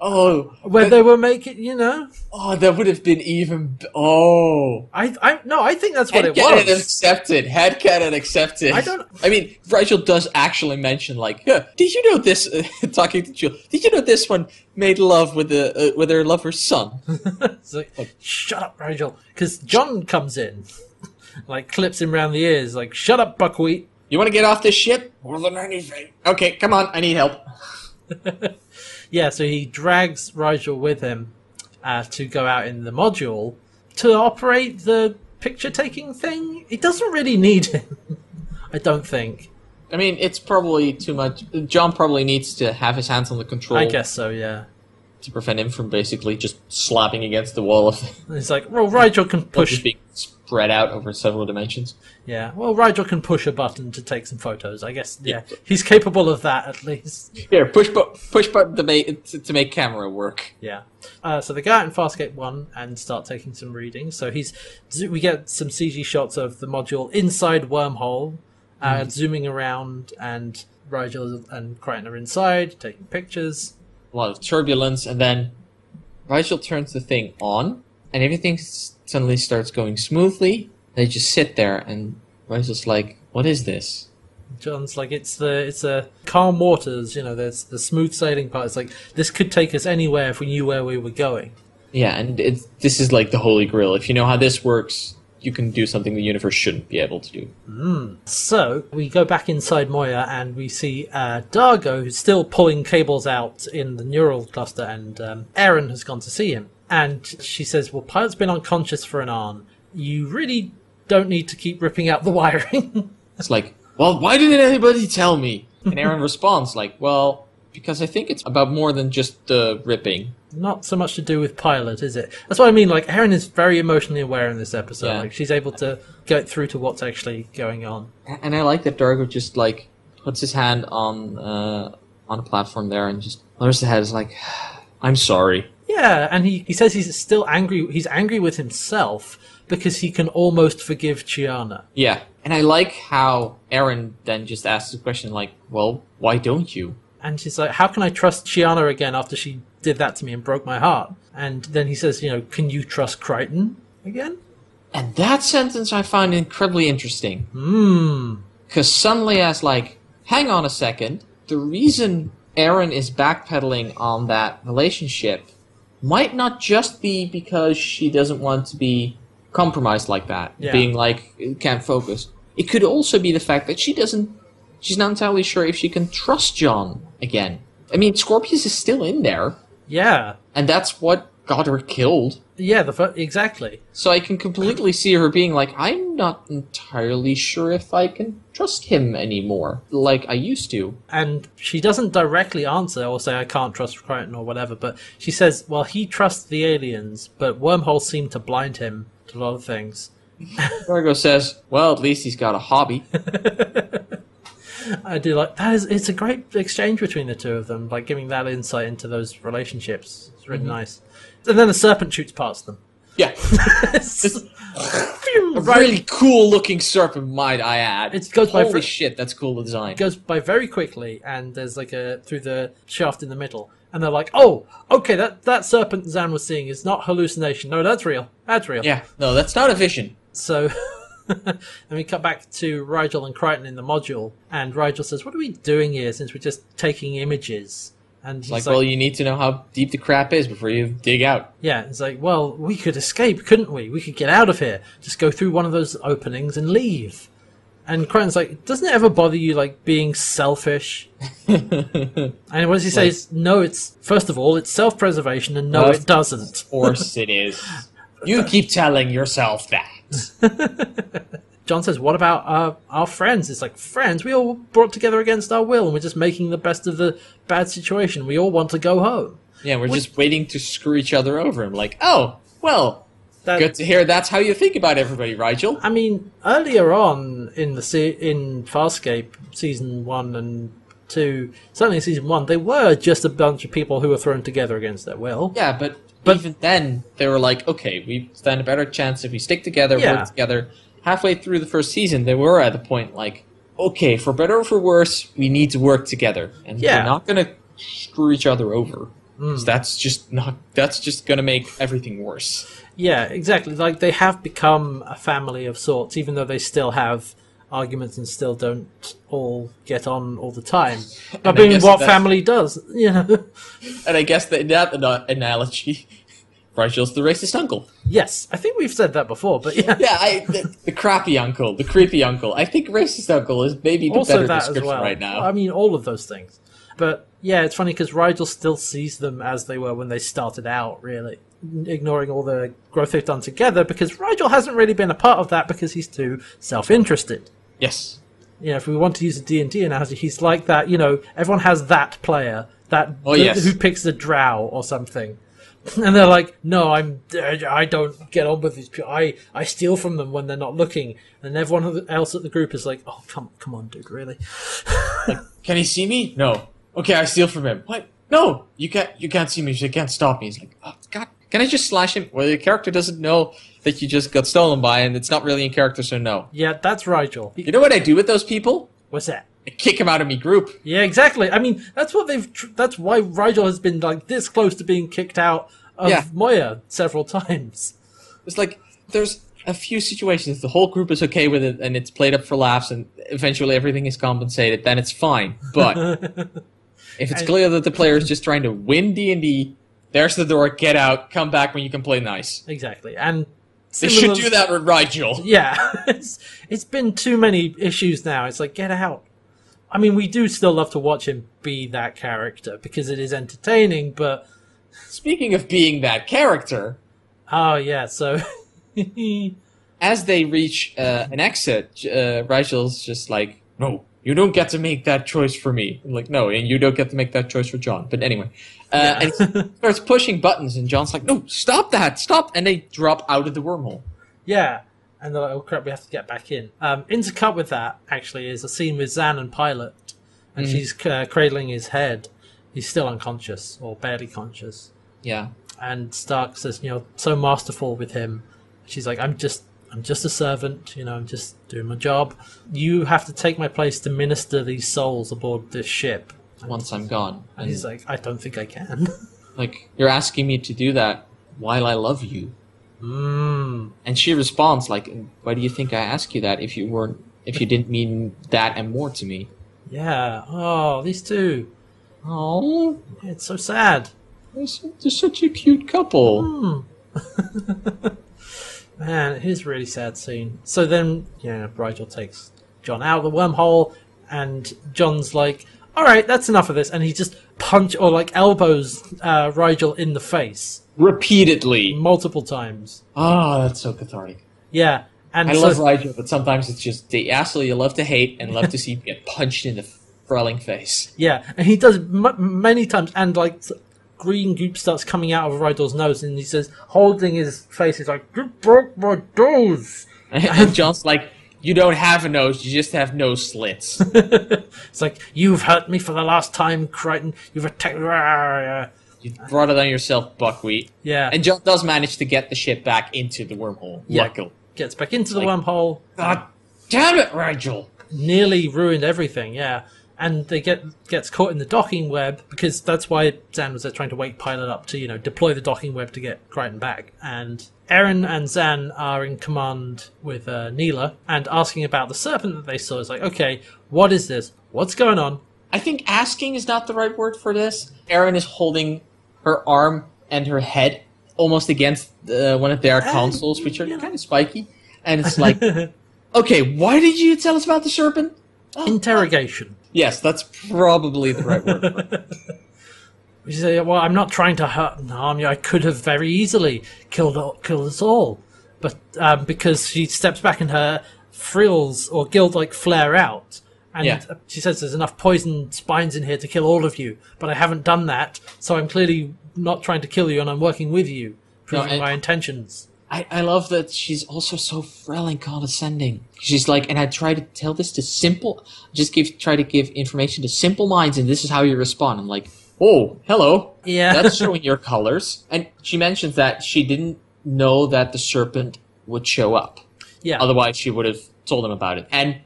oh,
where they were making. You know,
oh, that would have been even. b- Oh,
I, I no, I think that's what it
Headcanon
was.
accepted. Headcanon accepted.
I don't-
I mean, Rachel does actually mention, like, "Huh, did you know this? talking to Jill, did you know this one made love with the uh, with her lover's son?
It's like, shut up, Rigel, because John comes in, like clips him round the ears, like shut up, buckwheat.
You want to get off this ship more than anything? Okay, come on, I need help.
Yeah, so he drags Rigel with him uh, to go out in the module to operate the picture taking thing. He doesn't really need him, I don't think.
I mean, it's probably too much. John probably needs to have his hands on the control
I guess so, yeah.
to prevent him from basically just slapping against the wall of
And It's like, well, Rigel can
just
push.
being spread out over several dimensions.
Yeah, well, Rigel can push a button to take some photos. I guess, yeah,
Yeah.
he's capable of that at least.
Here, push bu- push button to make to, to make camera work.
Yeah. Uh, so they go out in Farscape One and start taking some readings. So he's, we get some CG shots of the module inside Wormhole, uh, zooming around, and Rigel and Crichton are inside taking pictures.
a lot of turbulence, and then Rigel turns the thing on, and everything s- suddenly starts going smoothly. They just sit there, and Rigel's like, "What is this?"
John's like, it's the it's a calm waters. You know, there's the smooth sailing part. It's like this could take us anywhere if we knew where we were going.
Yeah, and it's, this is like the holy grail. If you know how this works, you can do something the universe shouldn't be able to do.
So we go back inside Moya and we see uh, Dargo who's still pulling cables out in the neural cluster, and um, Aaron has gone to see him. And she says, "Well, Pilot's been unconscious for an arn. You really don't need to keep ripping out the wiring."
It's like, "Well, why didn't anybody tell me?" And Aaron responds like, "Well, because I think it's about more than just the ripping."
Not so much to do with Pilot, is it? That's what I mean. Like Aaron is very emotionally aware in this episode.
Yeah.
Like she's able to get through to what's actually going on.
A- And I like that Dargo just like puts his hand on uh, on a platform there and just lowers the head. Is like, I'm sorry.
Yeah, and he, he says he's still angry. He's angry with himself because he can almost forgive Chiana.
Yeah, and I like how Aaron then just asks the question like, well, why don't you?
And she's like, How can I trust Chiana again after she did that to me and broke my heart? And then he says, You know, can you trust Crichton again?
And that sentence I find incredibly interesting
Hmm.
because suddenly I was like, hang on a second. The reason Aaron is backpedaling on that relationship might not just be because she doesn't want to be compromised like that,
Yeah.
being like can't focus. It could also be the fact that she doesn't. She's not entirely sure if she can trust John again. I mean, Scorpius is still in there,
Yeah,
and that's what got her killed.
yeah, the fir- exactly.
So I can completely see her being like, I'm not entirely sure if I can trust him anymore, like I used to.
And she doesn't directly answer or say I can't trust Crichton or whatever, but she says, "Well, he trusts the aliens, but wormholes seem to blind him to a lot of things."
Margot says, Well, at least he's got a hobby.
I do like that. Is it's a great exchange between the two of them, like giving that insight into those relationships. It's really nice. And then the serpent shoots past them.
yeah.
It's-
A
right-
really cool looking serpent, might I add.
It goes by fr-
Holy shit, that's cool design.
goes by very quickly, and there's like a through the shaft in the middle, and they're like, "Oh, okay, that that serpent Zan was seeing is not hallucination. No, that's real. That's real."
yeah, no, that's not a vision.
So, and we cut back to Rigel and Crichton in the module, and Rigel says, "What are we doing here? Since we're just taking images." And he's
Like, well, you need to know how deep the crap is before you dig out.
Yeah, it's like, well, we could escape, couldn't we? We could get out of here. Just go through one of those openings and leave. And Crichton's like, doesn't it ever bother you, like, being selfish? and what does he say?
Like-
It's, no, it's, first of all, it's self preservation, and no,
No,
it
it's-
doesn't.
Of course it is. You keep telling yourself that.
John says, what about our, our friends? It's like, friends? We all brought together against our will, and we're just making the best of the bad situation. We all want to go home.
Yeah, we're
What-
just waiting to screw each other over. I'm like, oh, well,
That-
good to hear that's how you think about everybody, Rigel.
I mean, earlier on in the se- in Farscape season one and two, certainly in season one, they were just a bunch of people who were thrown together against their will.
Yeah, but,
But-
even then, they were like, okay, we stand a better chance if we stick together,
Yeah.
work together. Halfway through the first season, they were at the point like, okay, for better or for worse, we need to work together, and
Yeah. Mm.
we're not gonna screw each other over. 'Cause That's just not. That's just gonna make everything worse.
Yeah, exactly. Like they have become a family of sorts, even though they still have arguments and still don't all get on all the time. I
And I
mean,
guess
what
that's-
family does, you know?
And I guess that in that ana- analogy, Rigel's the racist uncle.
yes, I think we've said that before, but yeah.
Yeah, I, the, the crappy uncle, the creepy uncle. I think racist uncle is maybe the
also
better
that as
description
well. Um,
right now.
I mean, all of those things. But yeah, it's funny because Rigel still sees them as they were when they started out, really, ignoring all the growth they've done together. Because Rigel hasn't really been a part of that because he's too self-interested.
yes.
You know, if we want to use a D and D analogy, he's like that. You know, everyone has that player that
Oh,
th-
yes.
who picks the drow or something. And they're like, no, I'm, I don't get on with these people. I, I steal from them when they're not looking. And everyone else at the group is like, oh, come, come on, dude, really?
Can he see me? No. Okay, I steal from him. What? No, you can't. You can't see me. You can't stop me. He's like, oh, God. Can I just slash him? Well, your character doesn't know that you just got stolen by, and it's not really in character, so no.
Yeah, that's Rigel.
You know what I do with those people?
What's that?
I kick him out of me group.
Yeah, exactly. I mean, that's what they've. Tr- that's why Rigel has been like this close to being kicked out of
Yeah.
Moya several times.
It's like there's a few situations the whole group is okay with it, and it's played up for laughs, and eventually everything is compensated. Then it's fine. But if it's
And-
clear that the player is just trying to win D and D, there's the door. Get out. Come back when you can play nice.
Exactly, and
They should
similar-
do that with Rigel.
Yeah, it's it's been too many issues now. It's like get out. I mean, we do still love to watch him be that character because it is entertaining. But
Speaking of being that character,
oh yeah, so
as they reach uh, an exit, uh, Rigel's just like, "No, you don't get to make that choice for me." I'm like, "No, and you don't get to make that choice for John." But anyway, uh,
Yeah.
and he starts pushing buttons, and John's like, "No, stop that, stop!" And they drop out of the wormhole.
Yeah. And they're like, oh crap, we have to get back in. Um, intercut with that, actually, is a scene with Zan and Pilot. And she's uh, cradling his head. He's still unconscious, or barely conscious.
Yeah,
And Stark says, you know, so masterful with him. She's like, I'm just. I'm just a servant, you know, I'm just doing my job. You have to take my place to minister these souls aboard this ship.
once I'm gone,
And
and
he's like, I don't think I can.
like, "You're asking me to do that while I love you,"
Mmm.
and she responds like, "Why do you think I asked you that if you weren't if you didn't mean that and more to me?"
Yeah. Oh, these two.
Oh,
It's so sad.
They're, su- they're such a cute couple.
Man, it is a really sad scene. So then, yeah, Rigel takes John out of the wormhole, and John's like, "All right, that's enough of this," and he just punch or like elbows uh, Rigel in the face
Repeatedly.
multiple times.
Ah, that's so cathartic.
Yeah, and
I
so,
love Rigel, but sometimes it's just the asshole you love to hate and love to see get punched in the frelling face.
yeah, and he does it m- many times, and like s- green goop starts coming out of Rigel's nose, and he says, holding his face, he's like, "You broke my nose."
And John's like, you don't have a nose, you just have nose slits.
It's like, "You've hurt me for the last time, Crichton. You've attacked."
You brought it on yourself, buckwheat.
Yeah,
And John does manage to get the ship back into the wormhole.
Yeah.
Luckily.
gets back into the
Like-
wormhole.
God damn it, Rigel!
nearly ruined everything. Yeah, and they get gets caught in the docking web because that's why Zan was there trying to wake Pilot up to you know deploy the docking web to get Crichton back. And Aaron and Zan are in command with uh, Neela and asking about the serpent that they saw. It's like, okay, what is this? What's going on?
I think asking is not the right word for this. Erin is holding her arm and her head almost against uh, one of their consoles, which are
yeah.
kind of spiky. And it's like, okay, why did you tell us about the serpent? Oh,
Interrogation.
Yes, that's probably the right word. for it.
You say, well, I'm not trying to hurt and harm you. I could have very easily killed all- killed us all, but um, because she steps back and her frills or guild like flare out, and uh,
Yeah.
she says there's enough poison spines in here to kill all of you, but I haven't done that, so I'm clearly not trying to kill you, and I'm working with you, proving
and-
my intentions.
I, I love that she's also so frail and condescending. She's like, and I try to tell this to simple, just give try to give information to simple minds, and this is how you respond. I'm like, oh, hello,
Yeah.
that's showing your colors. And she mentions that she didn't know that the serpent would show up,
Yeah,
otherwise she would have told them about it. And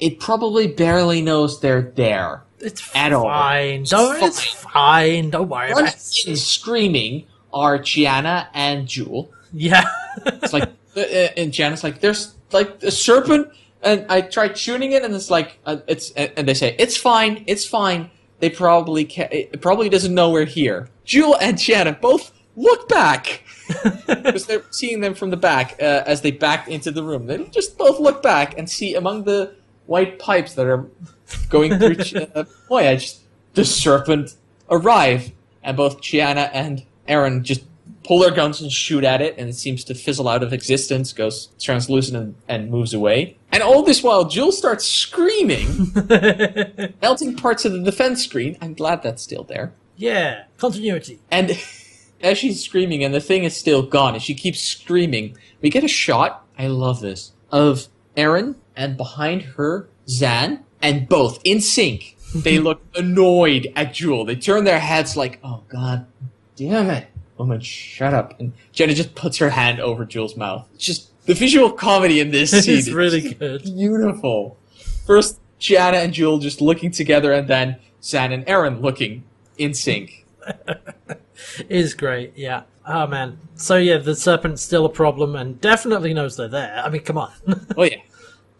it probably barely knows they're there.
it's
at all.
fine.
It's
Don't, it's fine. Don't worry about
Runs
it.
in screaming are Gianna and Jewel.
Yeah,
It's like, uh, uh, and Janet's like, there's like a serpent, and I tried shooting it, and it's like, uh, it's, and and they say, it's fine, it's fine. They probably ca it probably doesn't know we're here. Jewel and Janet both look back because they're seeing them from the back uh, as they backed into the room. They just both look back and see among the white pipes that are going through uh, voyage the serpent arrive, and both Chiana and Aaron just pull their guns and shoot at it, and it seems to fizzle out of existence, goes translucent and, and moves away. And all this while, Jill starts screaming, melting parts of the defense screen. I'm glad that's still there.
yeah. Continuity.
And as she's screaming, and the thing is still gone, and she keeps screaming, we get a shot. I love this of Erin and behind her Zan, and both in sync. They look annoyed at Jewel. They turn their heads like, "Oh God, damn it, woman, shut up!" And Jenna just puts her hand over Jewel's mouth. It's just the visual comedy in this
This
scene
is really good.
beautiful. First, Gianna and Jewel just looking together, and then Zan and Erin looking in sync.
is great, yeah. Oh man. So yeah, the serpent's still a problem and definitely knows they're there. I mean, come on.
Oh yeah.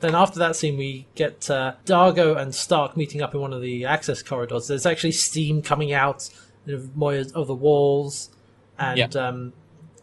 then after that scene, we get uh, Dargo and Stark meeting up in one of the access corridors. There's actually steam coming out of Moya of the walls, and
Yeah.
um,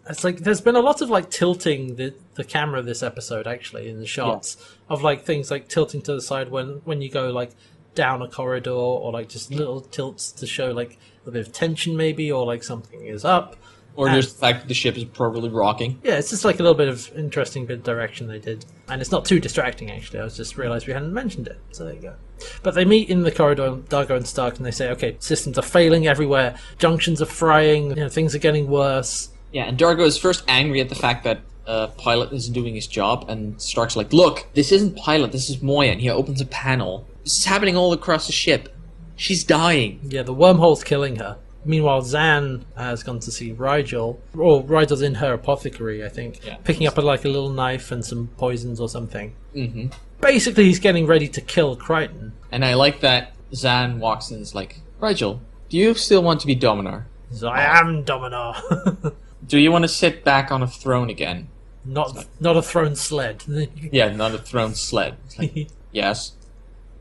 it's like there's been a lot of like tilting the the camera this episode actually in the shots of like things like tilting to the side when when you go like down a corridor or like just little tilts to show like a bit of tension maybe or like something is up.
Or
And-
just the fact that the ship is appropriately rocking.
Yeah, it's just like a little bit of interesting bit of direction they did. And it's not too distracting, actually. I was just realised we hadn't mentioned it. So there you go. But they meet in the corridor, Dargo and Stark, and they say, okay, systems are failing everywhere, junctions are frying, you know, things are getting worse.
Yeah, and Dargo is first angry at the fact that uh, Pilot isn't doing his job, and Stark's like, "Look, this isn't Pilot. This is Moya." And he opens a panel. This is happening all across the ship. She's dying.
Yeah, the wormhole's killing her. Meanwhile, Zan has gone to see Rigel, or Rigel's in her apothecary, I think,
Yeah.
picking up a, like a little knife and some poisons or something.
hmm
Basically, he's getting ready to kill Crichton.
And I like that Zan walks in and is like, "Rigel, do you still want to be Dominar?
He's like, I am Dominar.
Do you want to sit back on a throne again?"
not, not a thrown sled.
Yeah, not a throne sled. It's like, yes.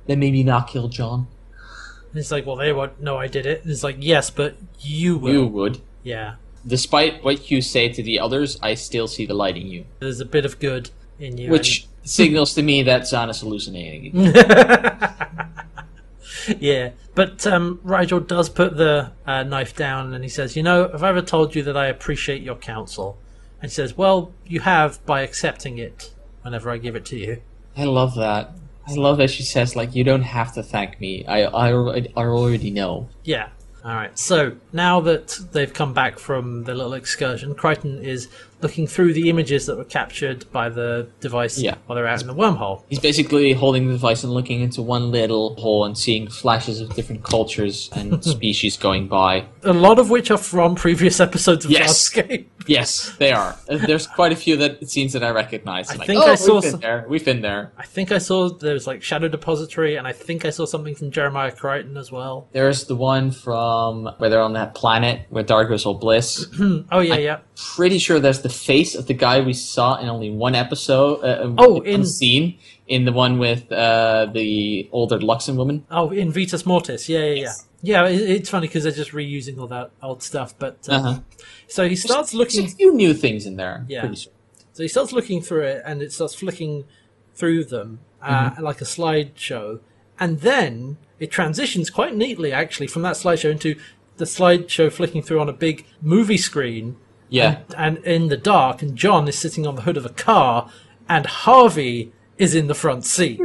Then maybe not kill John.
And it's like, well, they won't know I did it. And it's like, yes, but you will.
You would.
Yeah.
despite what you say to the others, I still see the light in you,
There's a bit of good in you.
which signals to me that Zan is hallucinating.
Yeah, but um, Rigel does put the uh, knife down and he says, You know, have I ever told you that I appreciate your counsel? And he says, Well, you have by accepting it whenever I give it to you.
I love that. I love that she says like, "You don't have to thank me. I I, alre- I already know."
Yeah. All right. So now that they've come back from their little excursion, Crichton is looking through the images that were captured by the device
Yeah.
while they're out in the wormhole.
He's basically holding the device and looking into one little hole and seeing flashes of different cultures and species going by.
A lot of which are from previous episodes of
Yes.
Farscape.
Yes, they are. Uh, There's quite a few that scenes that I recognize.
I
like,
think
oh,
I saw
we've been
some-
there. We've been there.
I think I saw there was like Shadow Depository, and I think I saw something from Jeremiah Crichton as well.
There's the one from where they're on that planet where Dark goes all bliss.
Oh yeah, yeah.
Pretty sure that's the face of the guy we saw in only one episode. Uh,
Oh, in-
scene in the one with uh, the older Luxon woman.
Oh, in Vitas Mortis. Yeah, yeah, yeah. Yeah, it, it's funny because they're just reusing all that old stuff. But uh,
Uh-huh.
so he starts
There's
looking.
a few new things in there.
Yeah.
Pretty sure.
So he starts looking through it, and it starts flicking through them uh,
Mm-hmm.
like a slideshow, and then it transitions quite neatly, actually, from that slideshow into the slideshow flicking through on a big movie screen,
Yeah.
and in the dark, and John is sitting on the hood of a car, and Harvey is in the front seat.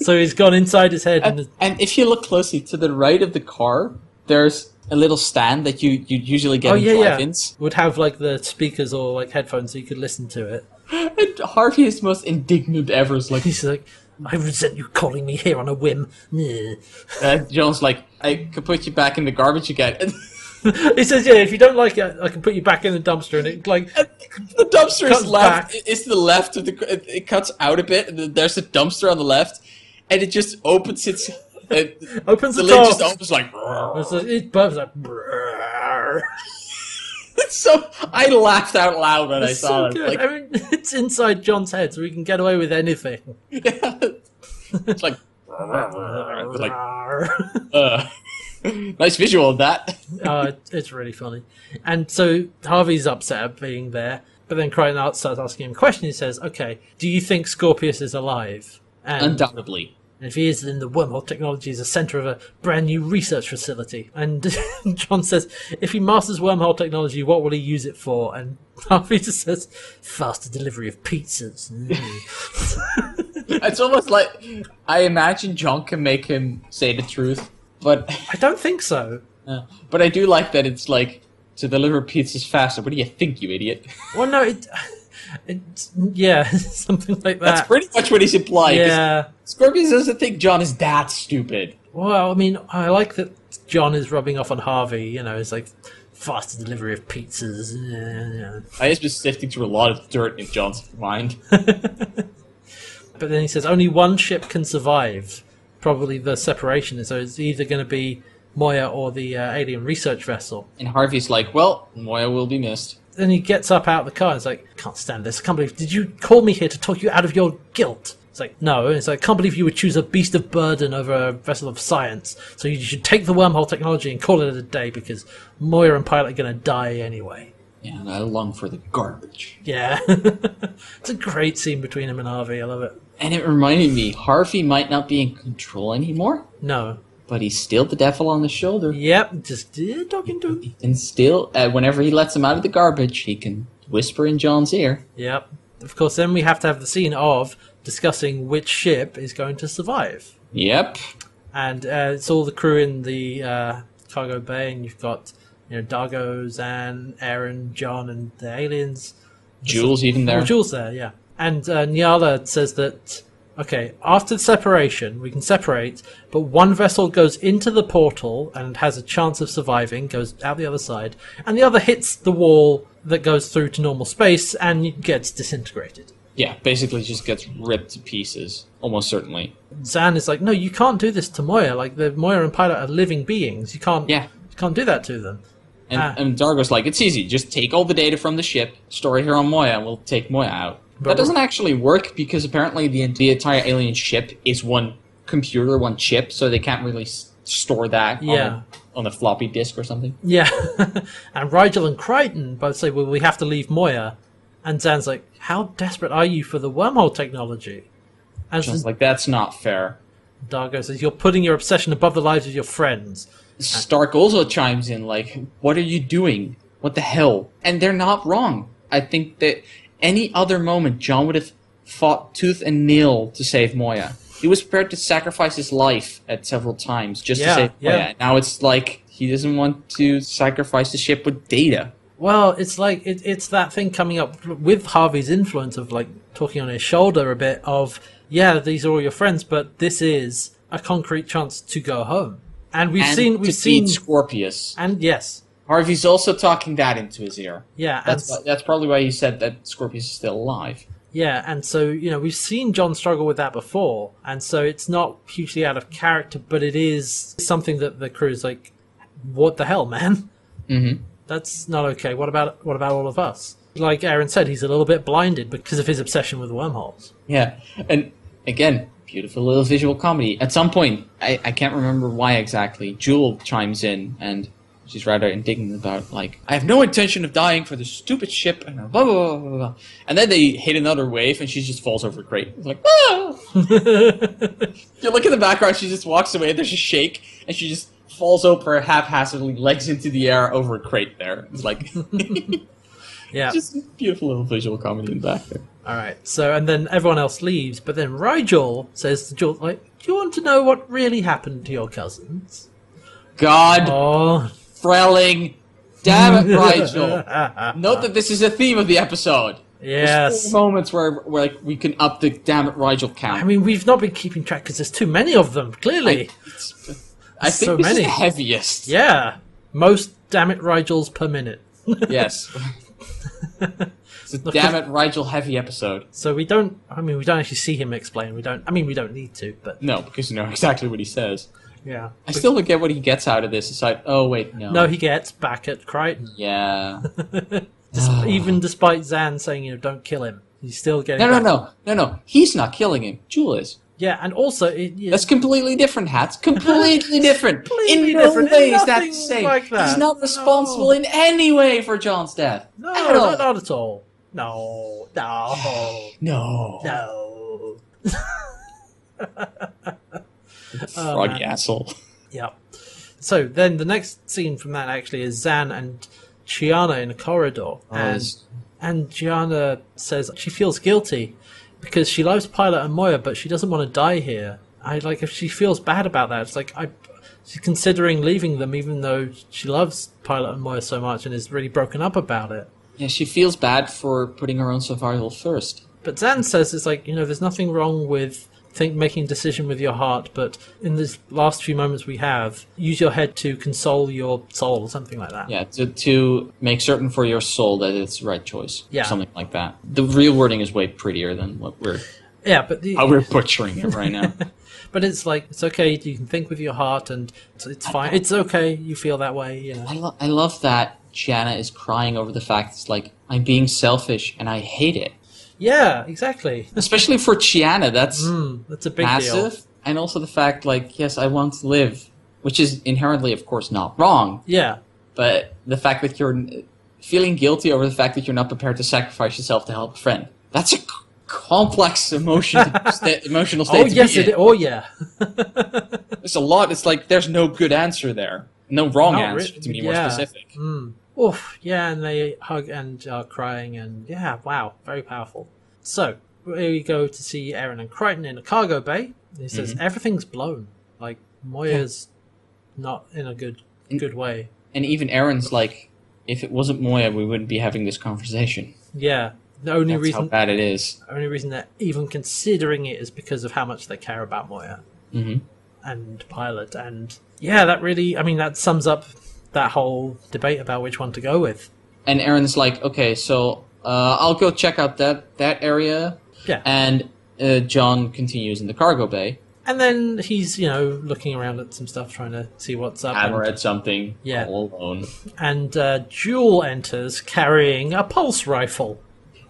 so he's gone inside his head, and
And if you look closely to the right of the car, there's a little stand that you you usually get
oh
in
yeah, yeah,
drive-ins.
would have like the speakers or like headphones so you could listen to it.
And Harvey is most indignant ever. Is like,
He's like, I resent you calling me here on a whim. Nyeh.
uh, Jones, like I could put you back in the garbage again.
He says, "Yeah, if you don't like it, I can put you back in the dumpster." And it like,
the dumpster
Cuts
is left.
back.
It- It's to the left of the. It, it cuts out a bit. And then there's a dumpster on the left, and it just opens its. It,
Opens
the
the
lid
door.
just opens like.
it's like- it burps like. "Brrr."
so I laughed out loud when
It's
I saw
so
it.
good.
Like,
I mean, it's inside John's head, so he can get away with anything.
it's like. It's like
Brrr.
uh, nice visual of that.
oh, it- it's really funny. And so Harvey's upset at being there, but then Crichton out starts asking him a question. He says, "Okay, do you think Scorpius is alive?"
uh,
And
Undoubtedly.
if he is, then the wormhole technology is the center of a brand new research facility. And John says, if he masters wormhole technology, what will he use it for? And Harvey just says, faster delivery of pizzas. Mm.
It's almost like I imagine John can make him say the truth, but
I don't think so.
uh, but I do like that it's like to deliver pizzas faster. What do you think, you idiot?
Well, no, it, it yeah, something like
That's
that.
pretty much what he's implying. 'cause
Uh, yeah.
Scorpius doesn't think John is that stupid.
Well, I mean, I like that John is rubbing off on Harvey. You know, it's like faster delivery of pizzas. Yeah, yeah.
I was just sifting through a lot of dirt in John's mind.
But then he says only one ship can survive, probably the separation. So it's either going to be Moya or the uh, alien research vessel.
And Harvey's like, well, Moya will be missed.
Then he gets up out of the car. and It's like, can't stand this. I can't believe. Did you call me here to talk you out of your guilt? It's like, no. And it's like, I can't believe you would choose a beast of burden over a vessel of science. So you should take the wormhole technology and call it a day because Moya and Pilot are going to die anyway.
And I long for the garbage.
Yeah. it's a great scene between him and Harvey. I love it.
And it reminded me, Harvey might not be in control anymore,
No.
but he's still the devil on the shoulder.
Yep. Just eh, talking to him.
And still, uh, whenever he lets him out of the garbage, he can whisper in John's ear.
Yep. Of course, then we have to have the scene of discussing which ship is going to survive.
Yep.
And uh, it's all the crew in the uh, cargo bay, and you've got you know Dargo, Zan, Aaron, John, and the aliens.
Jules even
Well,
there.
Jules there, yeah. And uh, Nyala says that okay, after the separation, we can separate, but one vessel goes into the portal and has a chance of surviving, goes out the other side, and the other hits the wall that goes through to normal space and gets disintegrated.
Yeah, basically just gets ripped to pieces, almost certainly.
Zan is like, no, you can't do this to Moya. Like the Moya and Pilot are living beings. You can't,
Yeah.
you can't do that to them.
And,
Ah.
and Dargo's like, it's easy. Just take all the data from the ship, store it here on Moya, and we'll take Moya out.
But-
that doesn't actually work because apparently the, the entire alien ship is one computer, one chip, so they can't really s- store that
Yeah.
on, on a floppy disk or something.
Yeah. and Rigel and Crichton both say, well, we have to leave Moya. And Zan's like, how desperate are you for the wormhole technology? And
Just like that's not fair.
Dargo says, you're putting your obsession above the lives of your friends.
Stark also chimes in like, "What are you doing? What the hell?" And they're not wrong. I think that any other moment, John would have fought tooth and nail to save Moya. He was prepared to sacrifice his life at several times just
Yeah,
to save Moya.
yeah.
And Now it's like he doesn't want to sacrifice the ship with Data.
Well, it's like it, it's that thing coming up with Harvey's influence of like talking on his shoulder a bit of yeah, these are all your friends, but this is a concrete chance to go home. And we've
and
seen
to
we've seen
beat Scorpius.
and yes,
Harvey's also talking that into his ear.
yeah, and,
That's why- that's probably why he said that Scorpius is still alive.
yeah, and so you know we've seen John struggle with that before, and so it's not hugely out of character, but it is something that the crew is like, what the hell, man?
Mm-hmm.
That's not okay. What about what about all of us? Like Aaron said, he's a little bit blinded because of his obsession with wormholes.
Yeah, and again, beautiful little visual comedy. At some point, I, I can't remember why exactly. Jewel chimes in and she's rather indignant about like I have no intention of dying for this stupid ship and blah blah blah blah. blah. And then they hit another wave and she just falls over a crate. It's like ah! you look in the background, she just walks away. There's a shake and she just falls over haphazardly, legs into the air over a crate. There, it's like
Yeah.
just beautiful little visual comedy in the back there.
All right. So, and then everyone else leaves, but then Rigel says to Jewel, like, "Do you want to know what really happened to your cousins?"
God.
Oh,
Frelling. Damn it, Rigel. Note that this is a theme of the episode. There's
yes.
still moments where, where like, we can up the damn it, Rigel count.
I mean, we've not been keeping track because there's too many of them. Clearly,
It's- I think
So
this
many.
is the heaviest.
yeah. Most damn it, Rigels per minute.
Yes. it's a damn it, Rigel heavy episode.
So we don't. I mean, we don't actually see him explain. We don't. I mean, we don't need to. But
No, because you know exactly what he says.
yeah.
I still don't get what he gets out of this. It's like, oh wait, no.
No, he gets back at Crichton.
yeah.
Dis- even despite Zan saying, you know, don't kill him, he's still getting.
No, no,
back-
no, no, no. He's not killing him. Jewel is.
Yeah, and also, it, yeah,
That's completely different, Hats. Completely different.
Completely
in no
different.
way is that
Nothing
the same.
like that.
He's not responsible
No.
in any way for John's death.
No,
at all.
not, not at all. No, no,
No.
no.
Froggy
oh, man.
asshole.
Yep. So then the next scene from that actually is Zan and Chiana in a corridor. and,
Oh, it's-
and Chiana says she feels guilty because she loves Pilot and Moya, but she doesn't want to die here. I like if she feels bad about that. It's like I, she's considering leaving them, even though she loves Pilot and Moya so much and is really broken up about it.
Yeah, she feels bad for putting her own survival first.
But Zan says it's like, you know, there's nothing wrong with think making a decision with your heart, but in these last few moments we have, use your head to console your soul or something like that.
Yeah, to, to make certain for your soul that it's the right choice.
Yeah.
Something like that. The real wording is way prettier than what we're
Yeah, but the,
how we're butchering it right now.
but it's like it's okay, you can think with your heart and it's, it's fine. It's okay, you feel that way, you know.
I, lo- I love that Jana is crying over the fact it's like I'm being selfish and I hate it.
Yeah, exactly.
especially for Chiana. That's
Mm, that's a big
massive,
deal.
and also the fact, like, yes, I want to live, which is inherently, of course, not wrong.
Yeah.
But the fact that you're uh, feeling guilty over the fact that you're not prepared to sacrifice yourself to help a friend—that's a c- complex emotion, to- sta- emotional state.
Oh
to
yes
be
it
in.
oh yeah.
It's a lot. It's like there's no good answer there, no wrong
Not
answer
really,
to be more
yeah.
specific.
Mm. Oof, yeah, and they hug and are crying, and yeah, wow, very powerful. So, we go to see Aaron and Crichton in a cargo bay. He says,
Mm-hmm.
everything's blown. Like, Moya's not in a good
Mm.
good way.
And even Aaron's like, if it wasn't Moya, we wouldn't be having this conversation.
Yeah, the only
That's how
reason
bad it is.
only reason they're even considering it is because of how much they care about Moya
Mhm.
and Pilot. And yeah, that really, I mean, that sums up that whole debate about which one to go with.
and Aaron's like, okay, so uh, I'll go check out that that area.
Yeah.
And uh, John continues in the cargo bay.
And then he's, you know, looking around at some stuff, trying to see what's up.
Hammer at something.
Yeah.
All alone.
And uh, Jewel enters carrying a pulse rifle.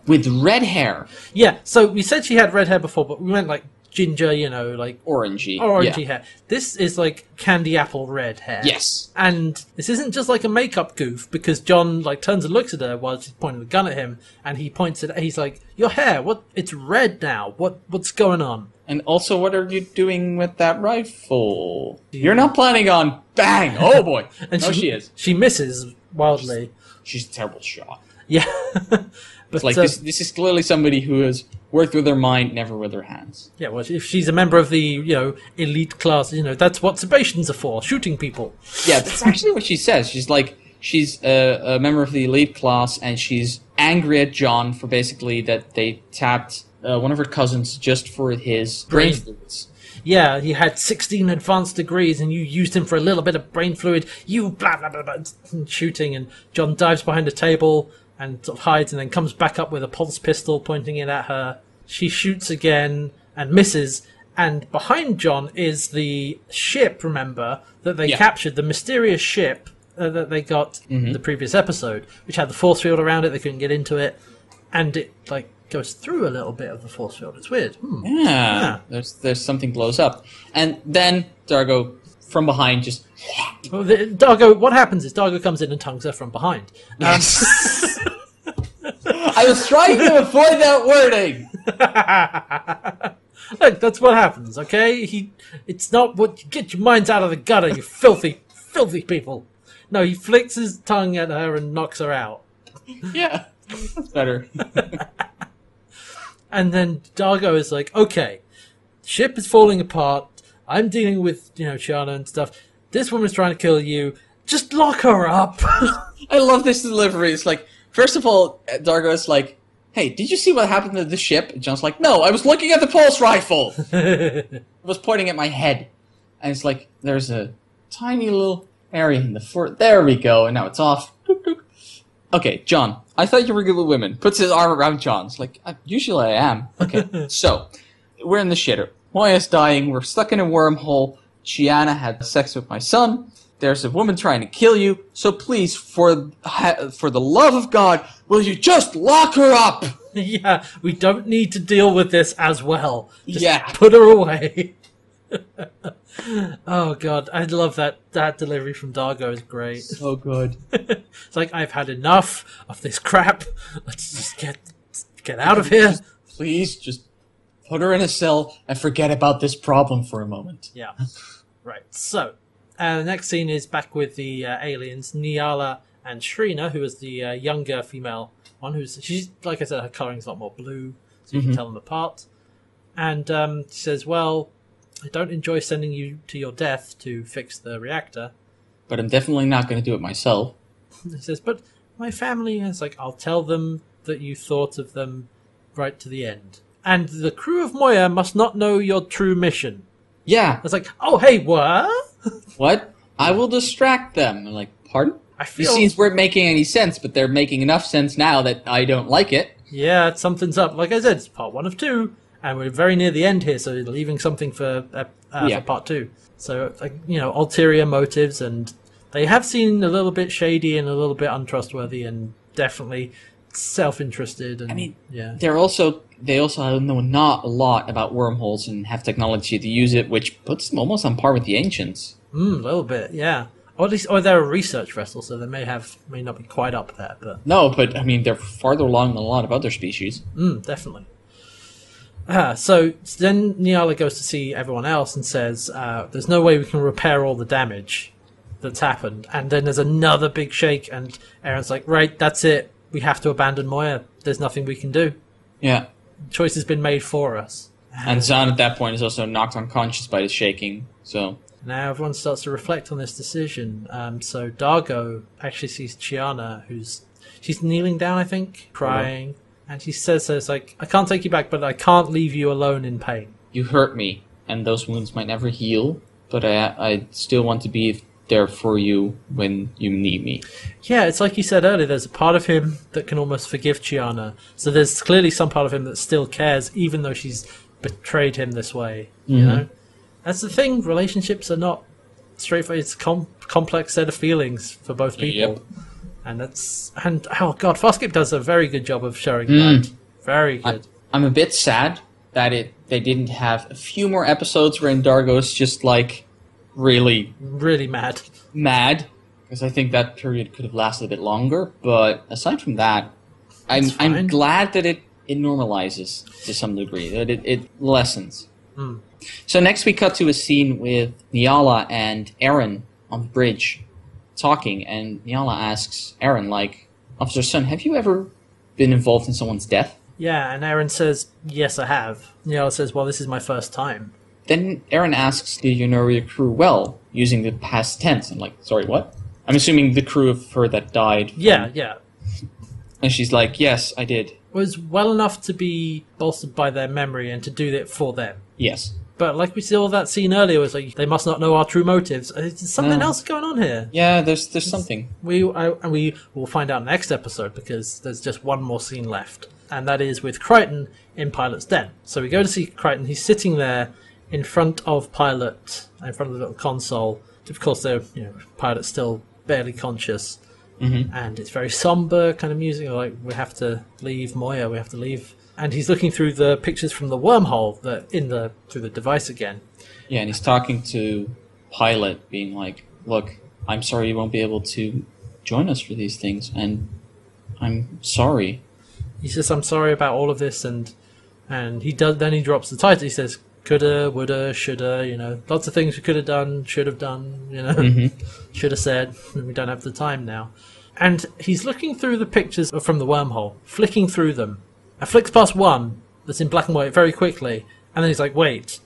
With red hair.
Yeah, so we said she had red hair before, but we went like ginger, you know, like
orangey.
orangey
Yeah.
hair. This is like candy apple red hair.
Yes.
And this isn't just like a makeup goof because John like turns and looks at her while she's pointing the gun at him, and he points it. He's like, "Your hair, what? It's red now. What? What's going on?"
And also, what are you doing with that rifle? You're not planning on bang. Oh boy.
And
no, she, is.
She misses wildly.
She's a terrible shot.
Yeah. but
It's like
uh,
this. This is clearly somebody who has worked with their mind, never with their hands.
yeah, well, if she's a member of the you know elite class, you know that's what Sebastians are for, shooting people.
Yeah, that's actually what she says. She's like she's a, a member of the elite class, and she's angry at John for basically that they tapped uh, one of her cousins just for his brain
Brain.
fluids.
Yeah, he had 16 advanced degrees and you used him for a little bit of brain fluid. You blah, blah, blah, blah, and shooting. And John dives behind a table and sort of hides and then comes back up with a pulse pistol pointing it at her. She shoots again and misses. And behind John is the ship, remember, that they
Yeah.
captured, the mysterious ship uh, that they got in the previous episode, which had the force field around it. They couldn't get into it. And it, like, goes through a little bit of the force field. It's weird. Hmm.
Yeah, There's there's something blows up, and then Dargo from behind just
Well, the, Dargo, what happens is Dargo comes in and tongues her from behind. Um,
I was trying to avoid that wording.
look, that's what happens, okay? He, it's not what get your minds out of the gutter, you filthy, filthy people. No, he flicks his tongue at her and knocks her out.
Yeah, that's better.
And then Dargo is like, okay, ship is falling apart. I'm dealing with you know Chana and stuff. This woman's trying to kill you. Just lock her up.
I love this delivery. It's like first of all, Dargo is like, "Hey, did you see what happened to the ship?" And John's like, "No, I was looking at the pulse rifle. it was pointing at my head." And it's like, "There's a tiny little area in the fort. There we go. And now it's off." Doop, doop. Okay, John. I thought you were good with women. Puts his arm around John's. Like, I, usually I am. Okay, so we're in the shitter. Moya's dying. We're stuck in a wormhole. Chiana had sex with my son. There's a woman trying to kill you. So please, for ha- for the love of God, will you just lock her up?
yeah, we don't need to deal with this as well. Just
Yeah.
put her away. oh god, I love that. That delivery from Dargo is great.
So good.
It's like I've had enough of this crap. Let's just get get out of here.
Please, just put her in a cell and forget about this problem for a moment.
Yeah. Right. So, uh, the next scene is back with the uh, aliens, Niala and Shrina, who is the uh, younger female one. Who's she's like I said, her coloring's a lot more blue, so you can tell them apart. And um, she says, "Well, I don't enjoy sending you to your death to fix the reactor."
But I'm definitely not going to do it myself.
He says, "But my family is like, I'll tell them that you thought of them right to the end." And the crew of Moya must not know your true mission.
Yeah.
I was like, "Oh, hey, what?"
What? I will distract them. I'm like, pardon?
I
These
feel
scenes weren't making any sense, but they're making enough sense now that I don't like it.
yeah, something's up. Like I said, it's part one of two, and we're very near the end here, so leaving something for uh, uh,
Yeah.
for part two. So, like you know, ulterior motives, and they have seen a little bit shady and a little bit untrustworthy, and definitely self-interested. And
I mean,
yeah,
They're also they also know not a lot about wormholes and have technology to use it, which puts them almost on par with the ancients.
Mm, a little bit, yeah. Or at least, or they're a research vessel, so they may have may not be quite up there, but
No, but I mean they're farther along than a lot of other species.
mm, definitely. Ah, so then Niala goes to see everyone else and says, uh, "There's no way we can repair all the damage that's happened." And then there's another big shake, and Aaron's like, "Right, that's it. We have to abandon Moya. There's nothing we can do.
Yeah.
Choice has been made for us."
And Zahn at that point is also knocked unconscious by the shaking. So
Now everyone starts to reflect on this decision. Um, so Dargo actually sees Chiana, who's she's kneeling down, I think, crying, and she says, so "It's like I can't take you back, but I can't leave you alone in pain."
you hurt me, and those wounds might never heal, but I I still want to be there for you when you need me.
Yeah, it's like you said earlier. There's a part of him that can almost forgive Chiana. So there's clearly some part of him that still cares, even though she's betrayed him this way. You know, that's the thing. Relationships are not straightforward. It's com- complex set of feelings for both people.
Yep.
and that's and oh god, Foskip does a very good job of showing that. Very good.
I'm a bit sad that it they didn't have a few more episodes where Dargo's just like really
Really mad.
mad because I think that period could have lasted a bit longer. But aside from that, I'm
It's fine.
I'm glad that it it normalizes to some degree that it, it lessens.
Hmm.
So next we cut to a scene with Niala and Aaron on the bridge talking, and Niala asks Aaron like, "Officer Sun, have you ever been involved in someone's death?"
Yeah, and Aaron says, Yes, I have. Niall says, Well, this is my first time.
Then Aaron asks, "Do you know your crew well?" Using the past tense. I'm like, "Sorry, what?" I'm assuming the crew of her that died.
Yeah, yeah.
And she's like, "Yes, I did.
Was well enough to be bolstered by their memory and to do it for them.
Yes."
But like we saw that scene earlier, was like they must not know our true motives. Uh, There's something
No.
else going on here.
Yeah, there's there's something.
We I, and we will find out next episode because there's just one more scene left, and that is with Crichton in Pilot's den. So we go to see Crichton. He's sitting there in front of Pilot, in front of the little console. Of course, they're you know Pilot's still barely conscious,
Mhm.
and it's very somber kind of music. Like we have to leave Moya, we have to leave. And he's looking through the pictures from the wormhole that in the through the device again.
Yeah, and he's talking to Pilot, being like, "Look, I'm sorry you won't be able to join us for these things, and I'm sorry."
he says I'm sorry about all of this and and he does then he drops the title he says coulda woulda shoulda you know lots of things we could have done should have done you know should have said we don't have the time now and he's looking through the pictures from the wormhole flicking through them and flicks past one that's in black and white very quickly and then he's like wait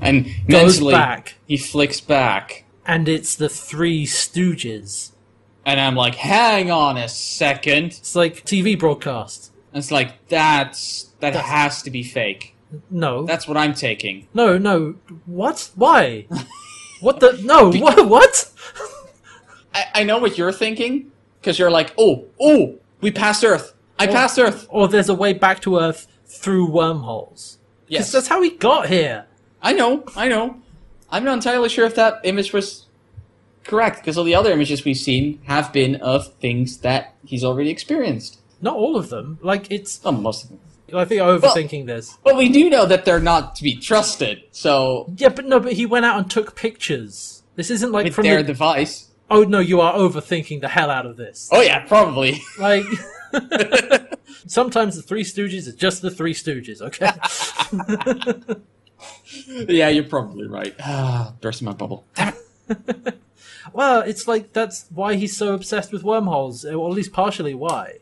And
goes
mentally,
back
he flicks back,
and it's the three stooges
and I'm like, "Hang on a second.
it's like tv broadcast
And it's like that's that has to be fake.
no
That's what I'm taking.
No, no. What? Why? what the? No. Wha what?
I, I know what you're thinking because you're like, "Oh, oh, we passed Earth. I passed Earth.
Or there's a way back to Earth through wormholes. 'Cause
Yes,
that's how we got here.
I know, I know. I'm not entirely sure if that image was correct because all the other images we've seen have been of things that he's already experienced.
Not all of them. Like it's.
Well, most of them.
I think I'm overthinking this.
But we do know that they're not to be trusted. So
Yeah, but no. But he went out and took pictures. This isn't like
with
from
their
the.
device.
Oh no, you are overthinking the hell out of this.
Oh yeah, probably.
Like. Sometimes the Three Stooges is just the Three Stooges, okay?
yeah, you're probably right. Ah, burst my bubble. Damn it.
Well, it's like that's why he's so obsessed with wormholes, or at least partially why.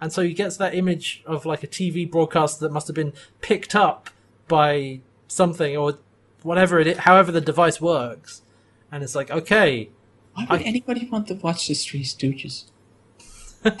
And so he gets that image of like a TV broadcast that must have been picked up by something or whatever it is, however the device works. And it's like, okay,
Why would anybody want to watch the Three Stooges?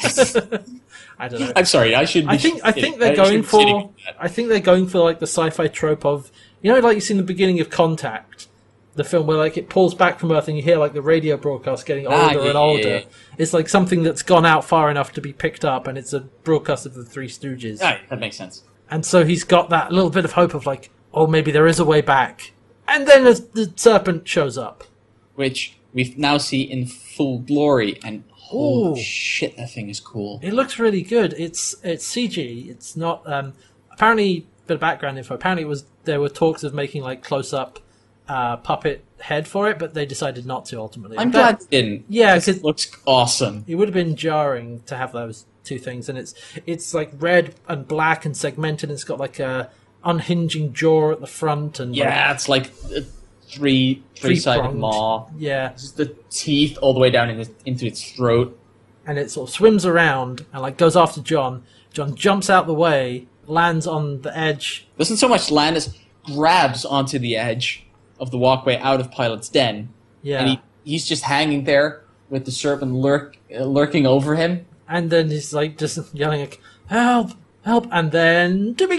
I don't know.
I'm sorry, I should. Be
I think I
kidding.
think they're
should
going
be kidding
for
with that.
I think they're going for like the sci-fi trope of you know like you see in the beginning of Contact, the film where like it pulls back from Earth and you hear like the radio broadcast getting older
Ah, yeah,
and
yeah,
older.
yeah.
It's like something that's gone out far enough to be picked up, and it's a broadcast of the Three Stooges.
Right, that makes sense.
And so he's got that little bit of hope of like, oh, maybe there is a way back. And then the, the serpent shows up.
which we now see in full glory. And holy
Ooh.
shit, that thing is cool.
It looks really good. It's it's CG. It's not um, apparently bit of background info. Apparently, it was there were talks of making like close up uh, puppet head for it, but they decided not to ultimately.
I'm
But-
glad it didn't.
Yeah,
'cause
because-
it looks awesome.
It would have been jarring to have those two things, and it's it's like red and black and segmented. And it's got like a unhinging jaw at the front and like,
Yeah, it's like a three three sided
Three-pronged.
maw.
yeah,
Just the teeth all the way down in its into its throat.
and it sort of swims around and like goes after John. John jumps out the way, lands on the edge
Doesn't so much land as grabs onto the edge of the walkway out of Pilot's den,
Yeah.
and he, he's just hanging there with the serpent lurk, uh, lurking over him.
and then he's like just yelling like help help and then to be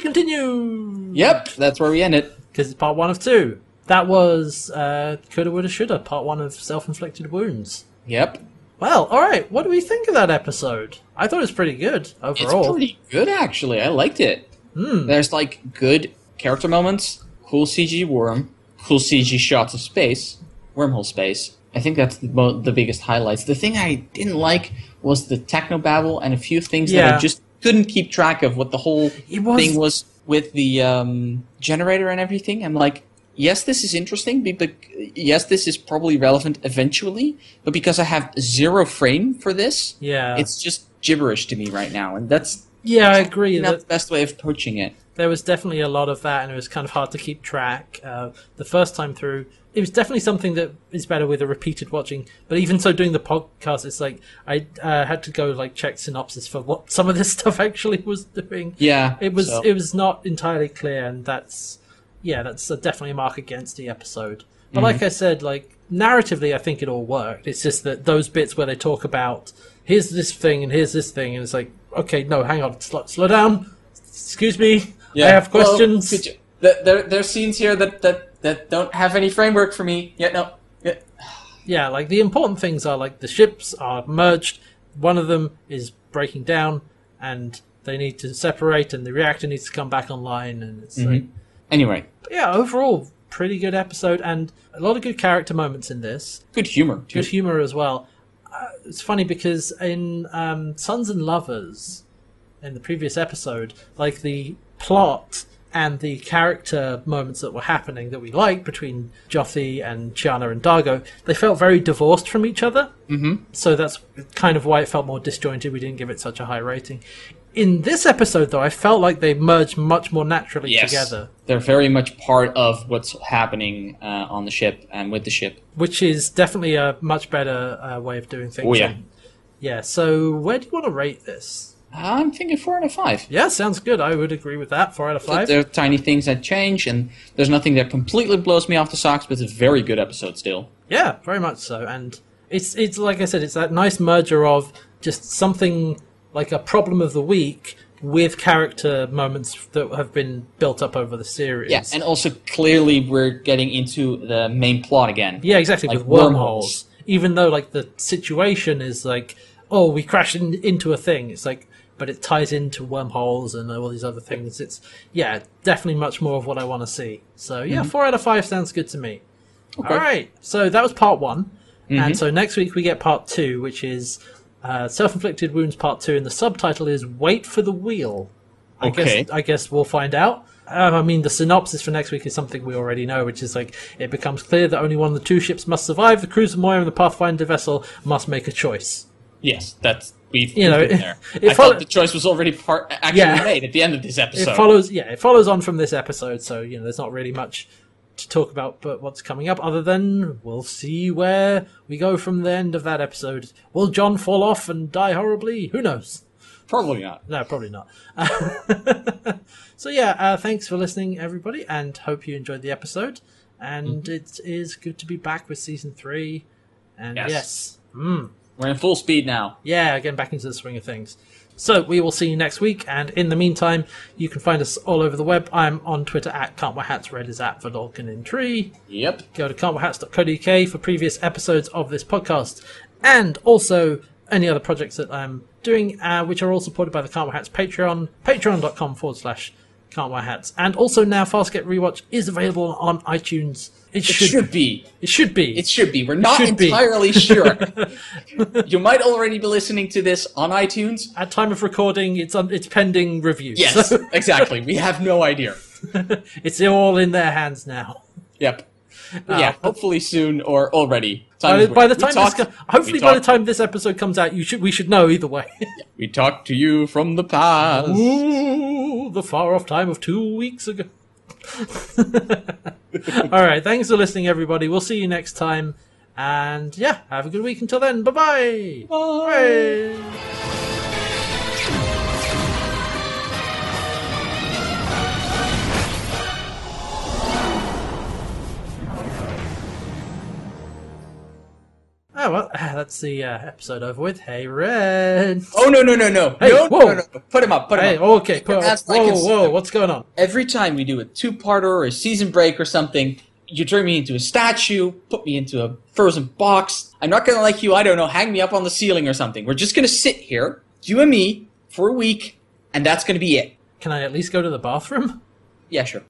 continued
Yep, that's where we end it.
because it's part one of two that was uh coulda woulda shoulda part one of self-inflicted wounds
Yep,
well all right what do we think of that episode i thought it was pretty good
It's
overall
pretty good, actually. I liked it.
Hmm.
There's like good character moments, cool CG worm, cool CG shots of space, wormhole space. I think that's the, mo- the biggest highlights. The thing I didn't like was the technobabble and a few things that
Yeah.
I just couldn't keep track of what the whole
It was-
thing was with the um, generator and everything, I'm like, yes, this is interesting. be- bec- Yes, this is probably relevant eventually, but because I have zero frame for this,
Yeah,
it's just gibberish to me right now, and that's
yeah, I agree.
not
That
the best way of approaching it.
there was definitely a lot of that, and it was kind of hard to keep track. Uh, the first time through, it was definitely something that is better with a repeated watching. But even so, doing the podcast, it's like I uh, had to go like check synopsis for what some of this stuff actually was doing.
Yeah,
It was
so-
it was not entirely clear, and that's yeah, that's uh definitely a mark against the episode. But
Mm-hmm.
like I said, like narratively, I think it all worked. It's just that those bits where they talk about here's this thing and here's this thing, and it's like okay, no, hang on, slow, slow down. Excuse me, I
Well,
have questions.
could you- there, there, there's scenes here that, that, that don't have any framework for me. Yeah, no. Yeah.
yeah, like the important things are like the ships are merged. One of them is breaking down, and they need to separate, and the reactor needs to come back online, and it's
Mm-hmm.
like
Anyway,
But yeah, overall, pretty good episode and a lot of good character moments in this.
good humor. Too.
Good humor as well. Uh, it's funny because in um, Sons and Lovers, in the previous episode, like the plot and the character moments that were happening that we liked between Joffy and Chiana and Dargo, they felt very divorced from each other. Mm-hmm. So that's kind of why it felt more disjointed. We didn't give it such a high rating. In this episode, though, I felt like they merged much more naturally
Yes.
together.
They're very much part of what's happening uh, on the ship and with the ship.
which is definitely a much better uh, way of doing things.
Oh, yeah.
And- yeah, so where do you want to rate this?
I'm thinking four out of five.
Yeah, sounds good. I would agree with that. Four out of
But
five.
There are tiny things that change, and there's nothing that completely blows me off the socks, but it's a very good episode still.
Yeah, very much so. And it's it's like I said, it's that nice merger of just something like a problem of the week with character moments that have been built up over the series.
Yeah, and also clearly we're getting into the main plot again.
Yeah, exactly.
Like
with wormholes.
wormholes.
even though like the situation is like, oh, we crashed in, into a thing. It's like, but it ties into wormholes and all these other things. It's yeah, definitely much more of what I want to see. So yeah, four out of five sounds good to me. All right, so that was part one, and so next week we get part two, which is uh, self-inflicted wounds part two, and the subtitle is "Wait for the Wheel." I
Okay.
guess I guess we'll find out. Uh, I mean, the synopsis for next week is something we already know, which is like it becomes clear that only one of the two ships must survive. The Cruiser Moira and the Pathfinder vessel must make a choice.
Yes, that's we've
You know,
we've been
it-
there.
it
I
follow-
thought the choice was already part actually
Yeah.
made at the end of this
It
episode.
follows, yeah, it follows on from this episode, so you know, there's not really much to talk about. But what's coming up, other than we'll see where we go from the end of that episode. Will John fall off and die horribly? Who knows?
Probably not.
No, probably not. so yeah, uh, thanks for listening, everybody, and hope you enjoyed the episode. And it is good to be back with season three. And yes,
Yes.
mm,
We're in full speed now.
yeah, getting back into the swing of things. So we will see you next week. And in the meantime, you can find us all over the web. I'm on Twitter at Can't Wear Hats. Red is at Vidalkin in Tree
Yep.
go to cartwheelhats.co.uk for previous episodes of this podcast and also any other projects that I'm doing, uh, which are all supported by the Cartwheel Hats Patreon, patreon.com forward slash Cartwheel Hats. And also now Fast Get Rewatch is available on iTunes. It
It
should,
should be.
It should be.
It should be. We're not
should be.
entirely sure. you might already be listening to this on iTunes.
At time of recording, it's on, it's pending review.
Yes,
So
exactly. We have no idea.
it's all in their hands now.
Yep. yeah, hopefully soon or already. Time
Uh, By,
is
by the
weird.
time
we
this,
talked,
co- hopefully
we
by the
talked-
time this episode comes out, you should we should know either way.
we talked to you from the past.
Ooh, the far off time of two weeks ago. All right, thanks for listening, everybody. We'll see you next time. And yeah, have a good week until then. Bye-bye. Bye. Oh, well, that's the uh, episode over with. Hey, Red.
Oh no no no no
Hey,
no,
whoa.
no no no! Put him up! Put him
Hey, oh,
up!
okay, cool.
That's like
whoa,
it's-
whoa, what's going on?
Every time we do a two-parter or a season break or something, you turn me into a statue, put me into a frozen box. I'm not gonna like you. I don't know. Hang me up on the ceiling or something. We're just gonna sit here, you and me, for a week, and that's gonna be it.
Can I at least go to the bathroom?
Yeah, sure.